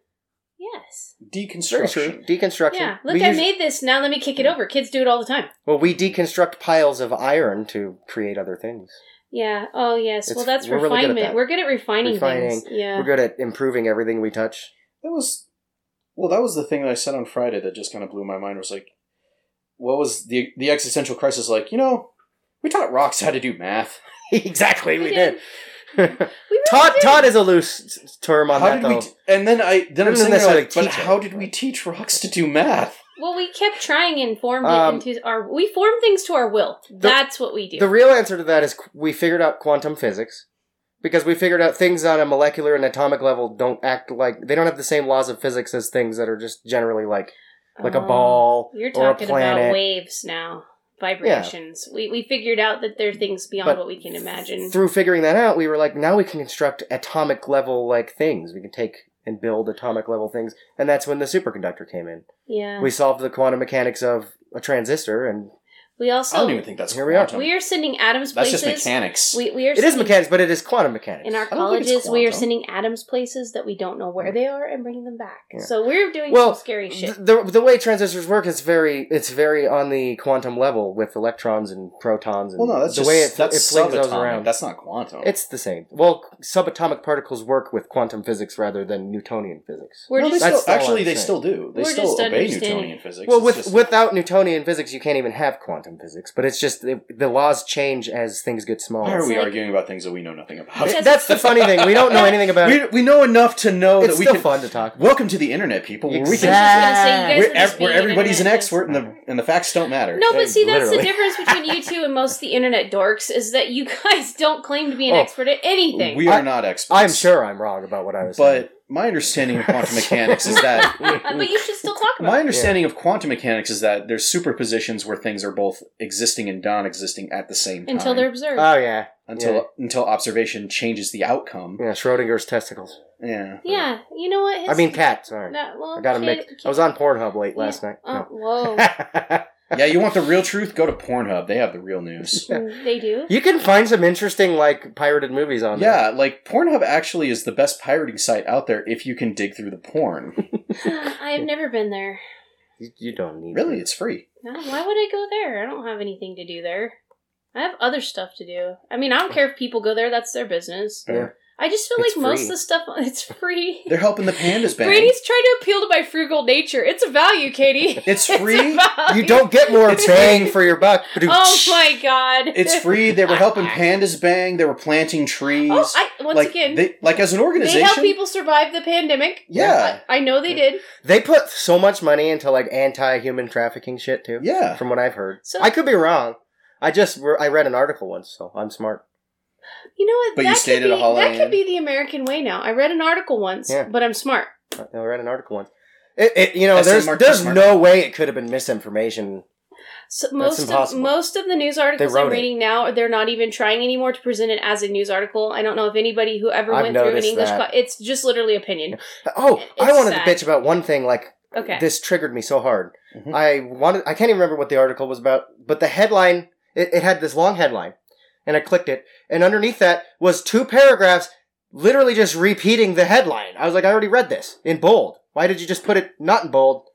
[SPEAKER 3] Yes.
[SPEAKER 2] Very
[SPEAKER 1] Deconstruction.
[SPEAKER 2] true. Deconstruction.
[SPEAKER 3] Yeah. Look,
[SPEAKER 2] we
[SPEAKER 3] I
[SPEAKER 2] usu-
[SPEAKER 3] made this. Now let me kick it over. Kids do it all the time.
[SPEAKER 2] Well, we deconstruct piles of iron to create other things.
[SPEAKER 3] Yeah. Oh yes.
[SPEAKER 2] It's-
[SPEAKER 3] well, that's
[SPEAKER 2] we're really good at
[SPEAKER 3] refinement.
[SPEAKER 2] that.
[SPEAKER 3] We're good at refining,
[SPEAKER 2] Refining.
[SPEAKER 3] things. Yeah.
[SPEAKER 2] We're good at improving everything we touch. [laughs]
[SPEAKER 1] That was well. That was the thing that I said on Friday that just kind of blew my mind. Was like, what was the the existential crisis like? You know, we taught rocks how to do math.
[SPEAKER 2] exactly,
[SPEAKER 3] We
[SPEAKER 2] we,
[SPEAKER 3] [laughs]
[SPEAKER 2] did. [laughs]
[SPEAKER 3] We really
[SPEAKER 2] taught
[SPEAKER 3] did.
[SPEAKER 2] taught is a loose s- term on
[SPEAKER 1] how
[SPEAKER 2] that
[SPEAKER 1] did
[SPEAKER 2] though.
[SPEAKER 1] we? T- and then I
[SPEAKER 2] Doesn't
[SPEAKER 1] then I'm sitting there
[SPEAKER 2] necessarily
[SPEAKER 1] like, but
[SPEAKER 2] teach it,
[SPEAKER 1] how did we
[SPEAKER 2] right?
[SPEAKER 1] teach rocks to do math?
[SPEAKER 3] Well, we kept trying and formed
[SPEAKER 2] Um,
[SPEAKER 3] it into our. We form things to our will. That's what we do.
[SPEAKER 2] the real answer to that is qu- we figured out quantum physics because we figured out things on a molecular and atomic level don't act like they don't have the same laws of physics as things that are just generally like like a
[SPEAKER 3] Oh.
[SPEAKER 2] ball
[SPEAKER 3] You're
[SPEAKER 2] or a
[SPEAKER 3] talking about
[SPEAKER 2] planet.
[SPEAKER 3] waves now, vibrations. We we figured out that there are things beyond
[SPEAKER 2] But
[SPEAKER 3] what we can imagine.
[SPEAKER 2] Through figuring that out, we were like, now we can construct atomic level like things. We can take and build atomic level things, and that's when the superconductor came in.
[SPEAKER 3] yeah.
[SPEAKER 2] We
[SPEAKER 3] We,
[SPEAKER 2] solved the quantum mechanics of a transistor, and
[SPEAKER 1] I don't
[SPEAKER 3] also
[SPEAKER 1] even think that's
[SPEAKER 2] Here we are.
[SPEAKER 1] quantum.
[SPEAKER 3] we are sending Adams
[SPEAKER 1] That's
[SPEAKER 3] places.
[SPEAKER 1] just mechanics.
[SPEAKER 3] We we are
[SPEAKER 2] it is
[SPEAKER 3] sending-
[SPEAKER 2] mechanics, but it is quantum mechanics.
[SPEAKER 3] In our
[SPEAKER 1] I don't think it's
[SPEAKER 3] colleges, we are
[SPEAKER 1] quantum. Mm.
[SPEAKER 3] sending Adams places that we don't know where they are and bringing them back.
[SPEAKER 2] Yeah.
[SPEAKER 3] So we're doing
[SPEAKER 2] Well,
[SPEAKER 3] some scary shit.
[SPEAKER 2] Th- The, the way transistors work is very it's very on the quantum level with electrons and protons and
[SPEAKER 1] well, no, that's
[SPEAKER 2] the
[SPEAKER 1] just
[SPEAKER 2] way it,
[SPEAKER 1] that's
[SPEAKER 2] it flings those
[SPEAKER 1] subatomic.
[SPEAKER 2] around.
[SPEAKER 1] That's not quantum.
[SPEAKER 2] it's the same. Well, subatomic particles work with quantum physics rather than Newtonian physics.
[SPEAKER 3] we're
[SPEAKER 1] no, they
[SPEAKER 3] just
[SPEAKER 2] that's
[SPEAKER 1] still,
[SPEAKER 2] all
[SPEAKER 1] actually
[SPEAKER 2] I'm
[SPEAKER 1] they
[SPEAKER 2] saying.
[SPEAKER 1] still do. They
[SPEAKER 3] We're
[SPEAKER 1] still
[SPEAKER 3] just
[SPEAKER 1] obey
[SPEAKER 3] understanding.
[SPEAKER 1] Newtonian physics.
[SPEAKER 2] Well,
[SPEAKER 1] It's
[SPEAKER 2] with
[SPEAKER 1] just-
[SPEAKER 2] without Newtonian physics, you can't even have quantum physics. But it's just the, the laws change as things get
[SPEAKER 1] why are
[SPEAKER 2] smaller.
[SPEAKER 1] we
[SPEAKER 3] like-
[SPEAKER 1] arguing about things that we know nothing about?
[SPEAKER 3] Because-
[SPEAKER 2] That's the funny thing. We don't
[SPEAKER 3] [laughs]
[SPEAKER 2] know anything about it.
[SPEAKER 1] we, we know enough to know
[SPEAKER 2] It's
[SPEAKER 1] that we
[SPEAKER 2] still
[SPEAKER 1] can.
[SPEAKER 2] fun to talk.
[SPEAKER 1] Welcome to the internet, people. Where
[SPEAKER 3] I
[SPEAKER 1] we can
[SPEAKER 3] was just gonna say, you guys
[SPEAKER 1] where,
[SPEAKER 3] are just
[SPEAKER 1] ev- where
[SPEAKER 3] being
[SPEAKER 1] everybody's an
[SPEAKER 3] internet
[SPEAKER 1] expert and the and the facts don't matter.
[SPEAKER 3] No, but see, that's the
[SPEAKER 2] Literally.
[SPEAKER 3] difference between you two and most of the internet dorks is that you [laughs] guys don't claim to be an
[SPEAKER 2] Oh,
[SPEAKER 3] expert at anything.
[SPEAKER 1] we
[SPEAKER 2] I-
[SPEAKER 1] are not experts.
[SPEAKER 2] I'm sure I'm wrong about what I was saying.
[SPEAKER 1] but my understanding of
[SPEAKER 2] [laughs]
[SPEAKER 1] quantum mechanics is that
[SPEAKER 3] [laughs] [laughs] but you should still talk about
[SPEAKER 1] my
[SPEAKER 3] it.
[SPEAKER 1] understanding of quantum mechanics is that there's superpositions where things are both existing and non-existing at the same time
[SPEAKER 3] until they're observed.
[SPEAKER 2] Oh yeah,
[SPEAKER 1] until
[SPEAKER 2] yeah.
[SPEAKER 1] until observation changes the outcome.
[SPEAKER 2] yeah. Schrodinger's testicles.
[SPEAKER 1] Yeah.
[SPEAKER 3] yeah, you know what?
[SPEAKER 2] I mean,
[SPEAKER 3] cat.
[SPEAKER 2] cat. Sorry.
[SPEAKER 3] No, well,
[SPEAKER 2] I got a
[SPEAKER 3] kid-
[SPEAKER 2] mix.
[SPEAKER 3] kid-
[SPEAKER 2] I was on Pornhub late
[SPEAKER 3] yeah.
[SPEAKER 2] last night.
[SPEAKER 3] Oh,
[SPEAKER 2] No.
[SPEAKER 3] whoa.
[SPEAKER 2] [laughs]
[SPEAKER 1] Yeah, you want the real truth? Go to Pornhub. They have the
[SPEAKER 2] [laughs]
[SPEAKER 1] real news.
[SPEAKER 3] Mm, they do.
[SPEAKER 2] you can find some interesting like pirated movies on there.
[SPEAKER 1] Yeah, like Pornhub actually is the best pirating site out there if you can dig through the porn.
[SPEAKER 3] [laughs] I have never been there.
[SPEAKER 2] You, you don't need
[SPEAKER 1] Really,
[SPEAKER 2] to.
[SPEAKER 1] it's free.
[SPEAKER 3] No, why would I go there? I don't have anything to do there. I have other stuff to do. I mean, I don't care if people go there, that's their business.
[SPEAKER 2] Yeah.
[SPEAKER 3] I just feel
[SPEAKER 2] It's
[SPEAKER 3] like most
[SPEAKER 2] free.
[SPEAKER 3] of the stuff [laughs] it's free.
[SPEAKER 1] They're helping the pandas bang.
[SPEAKER 3] Brady's trying to appeal to my frugal nature. It's a value, Katie.
[SPEAKER 1] [laughs]
[SPEAKER 3] [laughs] It's
[SPEAKER 1] It's
[SPEAKER 3] a
[SPEAKER 1] free.
[SPEAKER 3] value.
[SPEAKER 2] You don't get more
[SPEAKER 3] [laughs] It's
[SPEAKER 2] bang
[SPEAKER 3] free.
[SPEAKER 2] for your buck.
[SPEAKER 3] Oh my god. [laughs]
[SPEAKER 1] It's free. They were helping pandas bang. They were planting trees.
[SPEAKER 3] Oh, I, once
[SPEAKER 1] like,
[SPEAKER 3] again, they,
[SPEAKER 1] they, like as an organization,
[SPEAKER 3] help people survive the pandemic.
[SPEAKER 1] Yeah.
[SPEAKER 3] I, I know they did.
[SPEAKER 2] They put so much money into like anti-human trafficking shit too.
[SPEAKER 1] Yeah,
[SPEAKER 2] From what I've heard,
[SPEAKER 3] So-
[SPEAKER 2] I could be wrong. I just re- I read an article once, so I'm smart.
[SPEAKER 3] You know what?
[SPEAKER 1] But you
[SPEAKER 3] that
[SPEAKER 1] stayed
[SPEAKER 3] could
[SPEAKER 1] at a
[SPEAKER 3] be,
[SPEAKER 1] Holiday
[SPEAKER 3] That could
[SPEAKER 1] Inn.
[SPEAKER 3] be the American way now. I read an article once,
[SPEAKER 2] Yeah.
[SPEAKER 3] but I'm smart.
[SPEAKER 2] I read an article once. It, it, you know,
[SPEAKER 1] I said
[SPEAKER 2] there's
[SPEAKER 1] Mark
[SPEAKER 2] there's
[SPEAKER 1] Smart.
[SPEAKER 2] no way it could have been misinformation.
[SPEAKER 3] So most of
[SPEAKER 2] impossible.
[SPEAKER 3] most of the news articles
[SPEAKER 2] They wrote
[SPEAKER 3] I'm
[SPEAKER 2] it.
[SPEAKER 3] reading now, they're not even trying anymore to present it as a news article. I don't know if anybody who ever
[SPEAKER 2] I've
[SPEAKER 3] went through an
[SPEAKER 2] noticed
[SPEAKER 3] English
[SPEAKER 2] that.
[SPEAKER 3] class. It's just literally opinion.
[SPEAKER 2] Oh, I
[SPEAKER 3] It's
[SPEAKER 2] wanted
[SPEAKER 3] sad.
[SPEAKER 2] to bitch about one thing like
[SPEAKER 3] Okay.
[SPEAKER 2] this triggered me so hard.
[SPEAKER 1] Mhm.
[SPEAKER 2] I wanted I can't even remember what the article was about, but the headline it, it had this long headline, and I clicked it, and underneath that was two paragraphs literally just repeating the headline. I was like, I already read this in bold. Why did you just put it not in bold?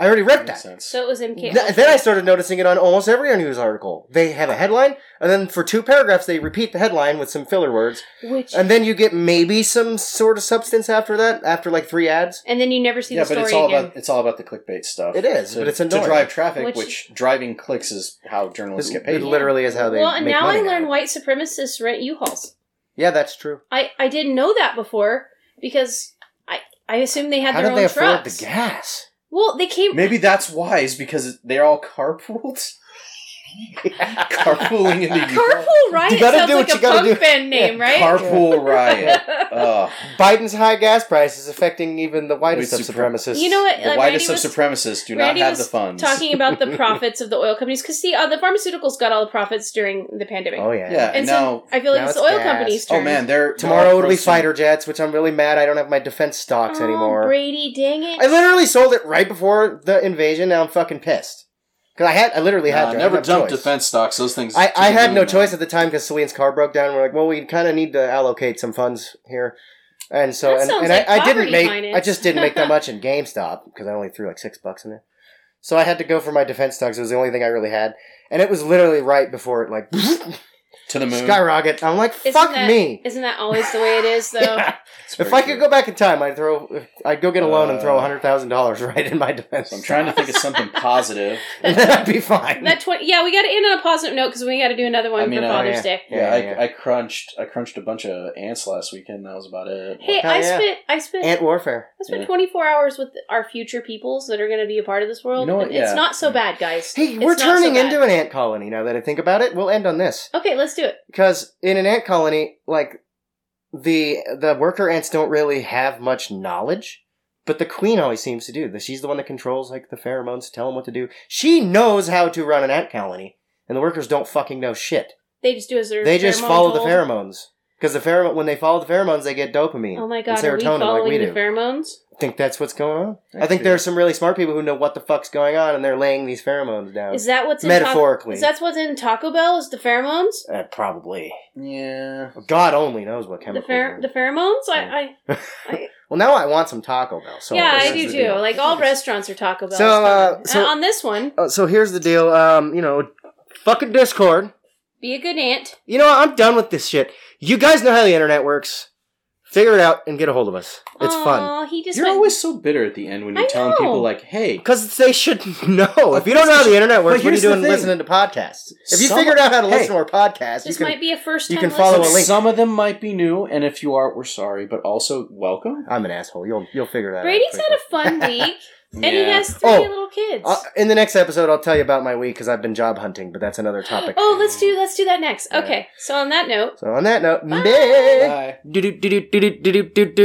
[SPEAKER 2] I already read
[SPEAKER 1] Makes
[SPEAKER 2] that.
[SPEAKER 1] sense.
[SPEAKER 3] so it was MK.
[SPEAKER 2] Th- then I started noticing it on almost every news article. They have a headline, and then for two paragraphs they repeat the headline with some filler words,
[SPEAKER 3] which and,
[SPEAKER 2] and then you get maybe some sort of substance after that, after like three ads.
[SPEAKER 3] then you never see
[SPEAKER 1] yeah,
[SPEAKER 3] the
[SPEAKER 1] but
[SPEAKER 3] story
[SPEAKER 1] it's all
[SPEAKER 3] again.
[SPEAKER 1] about it's all about the clickbait stuff.
[SPEAKER 2] It is,
[SPEAKER 1] To-
[SPEAKER 2] but it's
[SPEAKER 1] to
[SPEAKER 2] annoying.
[SPEAKER 1] drive traffic,
[SPEAKER 3] Which-
[SPEAKER 1] which, driving clicks is how journalists get paid.
[SPEAKER 2] It literally is how they.
[SPEAKER 3] well, and
[SPEAKER 2] make
[SPEAKER 3] now
[SPEAKER 2] money
[SPEAKER 3] I learn
[SPEAKER 2] it.
[SPEAKER 3] white supremacists rent U-Hauls.
[SPEAKER 2] Yeah, that's true.
[SPEAKER 3] I I didn't know that before because I I assumed they had
[SPEAKER 2] How
[SPEAKER 3] their
[SPEAKER 2] did
[SPEAKER 3] own
[SPEAKER 2] they afford
[SPEAKER 3] trucks.
[SPEAKER 2] the gas?
[SPEAKER 3] Well, they came. [laughs]
[SPEAKER 1] Maybe that's why is because they're all carpooled. Carpooling in the U-
[SPEAKER 3] Carpool Riot
[SPEAKER 2] You gotta
[SPEAKER 3] sounds
[SPEAKER 2] do what
[SPEAKER 3] like a
[SPEAKER 2] you gotta
[SPEAKER 3] punk
[SPEAKER 2] do.
[SPEAKER 3] band name, right?
[SPEAKER 1] Carpool
[SPEAKER 3] [laughs]
[SPEAKER 1] Riot. Oh,
[SPEAKER 2] Biden's high gas price is affecting even the whitest
[SPEAKER 1] Wait,
[SPEAKER 2] of
[SPEAKER 1] supre-
[SPEAKER 2] supremacists.
[SPEAKER 3] you know what?
[SPEAKER 1] the
[SPEAKER 3] uh,
[SPEAKER 1] whitest
[SPEAKER 3] Randy
[SPEAKER 1] of
[SPEAKER 3] was
[SPEAKER 1] supremacists do
[SPEAKER 3] Randy
[SPEAKER 1] not have the
[SPEAKER 3] was [laughs]
[SPEAKER 1] funds.
[SPEAKER 3] talking about the profits of the oil companies because see, uh, the pharmaceuticals got all the profits during the pandemic.
[SPEAKER 2] Oh yeah.
[SPEAKER 1] yeah,
[SPEAKER 3] and
[SPEAKER 1] now.
[SPEAKER 3] so I feel like
[SPEAKER 2] now
[SPEAKER 3] it's the
[SPEAKER 2] it's
[SPEAKER 3] oil
[SPEAKER 2] gas.
[SPEAKER 3] companies' turn.
[SPEAKER 1] oh man, they're
[SPEAKER 2] Tomorrow
[SPEAKER 1] they're
[SPEAKER 2] it'll be
[SPEAKER 1] pro-
[SPEAKER 2] fighter jets, which I'm really mad. I don't have my defense stocks
[SPEAKER 3] Oh,
[SPEAKER 2] anymore.
[SPEAKER 3] Brady, dang it!
[SPEAKER 2] I literally sold it right before the invasion. Now I'm fucking pissed because I had I literally had
[SPEAKER 1] Nah,
[SPEAKER 2] to. I
[SPEAKER 1] never
[SPEAKER 2] didn't have
[SPEAKER 1] dump
[SPEAKER 2] choice.
[SPEAKER 1] defense stocks. Those things.
[SPEAKER 2] I, I had no
[SPEAKER 1] Man.
[SPEAKER 2] choice at the time because Celine's car broke down. We're like, well, we kind of need to allocate some funds here, and so
[SPEAKER 3] That
[SPEAKER 2] and,
[SPEAKER 3] sounds
[SPEAKER 2] and
[SPEAKER 3] like
[SPEAKER 2] I, I
[SPEAKER 3] poverty
[SPEAKER 2] didn't make
[SPEAKER 3] finance.
[SPEAKER 2] I just didn't make
[SPEAKER 3] [laughs]
[SPEAKER 2] that much in GameStop because I only threw like six bucks in there. So I had to go for my defense stocks. It was the only thing I really had, and it was literally right before it like
[SPEAKER 1] to [laughs] the moon.
[SPEAKER 2] skyrocket. I'm like,
[SPEAKER 3] Isn't
[SPEAKER 2] fuck
[SPEAKER 3] that-
[SPEAKER 2] me.
[SPEAKER 3] Isn't that always the way it is, though?
[SPEAKER 2] [laughs] Yeah.
[SPEAKER 1] It's
[SPEAKER 2] If
[SPEAKER 1] very
[SPEAKER 2] I could
[SPEAKER 1] good.
[SPEAKER 2] go back in time, I'd throw, I'd go get a loan and throw
[SPEAKER 1] Uh,
[SPEAKER 2] hundred thousand dollars right in my defense.
[SPEAKER 1] I'm trying to think of something positive.
[SPEAKER 2] [laughs] and then I'd be fine.
[SPEAKER 3] That twenty, yeah, we got to end on a positive note because we got to do another one
[SPEAKER 1] I mean,
[SPEAKER 3] for
[SPEAKER 1] uh,
[SPEAKER 2] oh,
[SPEAKER 3] Father's
[SPEAKER 2] yeah.
[SPEAKER 3] Day.
[SPEAKER 1] Yeah,
[SPEAKER 2] Yeah,
[SPEAKER 1] I,
[SPEAKER 2] yeah.
[SPEAKER 1] I crunched. I crunched a bunch of ants last weekend. That was about it.
[SPEAKER 3] Hey,
[SPEAKER 2] Hell
[SPEAKER 3] I
[SPEAKER 2] yeah.
[SPEAKER 3] spent I spent
[SPEAKER 2] Ant warfare.
[SPEAKER 3] I spent
[SPEAKER 1] Yeah.
[SPEAKER 3] 24 hours with our future peoples that are going to be a part of this world.
[SPEAKER 1] You know what?
[SPEAKER 3] and
[SPEAKER 1] Yeah.
[SPEAKER 3] It's not so bad, guys.
[SPEAKER 2] Hey,
[SPEAKER 3] It's
[SPEAKER 2] we're
[SPEAKER 3] not so
[SPEAKER 2] turning
[SPEAKER 3] bad.
[SPEAKER 2] into an ant colony now that I think about it. We'll end on this.
[SPEAKER 3] Okay, let's do it.
[SPEAKER 2] because in an ant colony, like the the worker ants don't really have much knowledge, but the queen always seems to do. The- She's the one that controls like the pheromones to tell them what to do. She knows how to run an ant colony, and the workers don't fucking know shit.
[SPEAKER 3] They just do as their
[SPEAKER 2] They just
[SPEAKER 3] pheromone
[SPEAKER 2] follow the
[SPEAKER 3] told.
[SPEAKER 2] pheromones because the pheromone when they follow the pheromones, they get dopamine.
[SPEAKER 3] Oh my
[SPEAKER 2] and
[SPEAKER 3] god, are we
[SPEAKER 2] serotonin
[SPEAKER 3] following
[SPEAKER 2] like we
[SPEAKER 3] the
[SPEAKER 2] do.
[SPEAKER 3] pheromones?
[SPEAKER 2] I think that's what's going on. I
[SPEAKER 1] That's
[SPEAKER 2] think
[SPEAKER 1] true.
[SPEAKER 2] there are some really smart people who know what the fuck's going on, and they're laying these pheromones down
[SPEAKER 3] Is that what's in Taco-
[SPEAKER 2] metaphorically.
[SPEAKER 3] is that what's in Taco Bell? Is the pheromones?
[SPEAKER 2] uh, probably.
[SPEAKER 1] Yeah.
[SPEAKER 2] God only knows what
[SPEAKER 3] The,
[SPEAKER 2] chemicals.
[SPEAKER 3] pher-
[SPEAKER 2] are.
[SPEAKER 3] the pheromones? I,
[SPEAKER 2] Well, now I want some Taco Bell.
[SPEAKER 3] I
[SPEAKER 2] So
[SPEAKER 3] yeah, I
[SPEAKER 2] here's
[SPEAKER 3] do
[SPEAKER 2] the
[SPEAKER 3] too.
[SPEAKER 2] deal.
[SPEAKER 3] Like all restaurants are Taco Bell.
[SPEAKER 2] So, uh,
[SPEAKER 3] It's
[SPEAKER 2] so-
[SPEAKER 3] fine. Uh, on this one,
[SPEAKER 2] Oh, so here's the deal. Um, you know, fucking Discord.
[SPEAKER 3] be a good aunt.
[SPEAKER 2] You know, what? I'm done with this shit. You guys know how the internet works. Figure it out and get a hold of us. It's fun
[SPEAKER 3] Aw, He just
[SPEAKER 1] You're
[SPEAKER 3] went-
[SPEAKER 1] always so bitter at the end when you're
[SPEAKER 3] I
[SPEAKER 1] telling
[SPEAKER 3] know.
[SPEAKER 1] people like, "Hey,
[SPEAKER 2] because they should [laughs] know. If you don't know how the internet works, what are you
[SPEAKER 1] here's the
[SPEAKER 2] doing
[SPEAKER 1] thing.
[SPEAKER 2] listening to podcasts? If you
[SPEAKER 1] Some-
[SPEAKER 2] figured out how to
[SPEAKER 1] Hey.
[SPEAKER 2] listen to our podcast, you
[SPEAKER 3] This
[SPEAKER 2] can.
[SPEAKER 3] might be a first time.
[SPEAKER 2] you can follow a link.
[SPEAKER 1] some of them might be new, and if you are, we're sorry, but also welcome."
[SPEAKER 2] I'm an asshole. You'll you'll figure that
[SPEAKER 3] Brady's
[SPEAKER 2] out.
[SPEAKER 3] had a
[SPEAKER 2] [laughs]
[SPEAKER 3] fun week, and he
[SPEAKER 1] Yeah.
[SPEAKER 3] has three
[SPEAKER 2] Oh,
[SPEAKER 3] little kids.
[SPEAKER 2] Uh, in the next episode, I'll tell you about my week because I've been job hunting, but that's another topic.
[SPEAKER 3] oh, let's do let's do that next.
[SPEAKER 2] Yeah.
[SPEAKER 3] Okay. So on that note.
[SPEAKER 2] So on that note,
[SPEAKER 3] Bye.
[SPEAKER 2] meh.
[SPEAKER 1] Bye.
[SPEAKER 2] Do do do do do do do do do.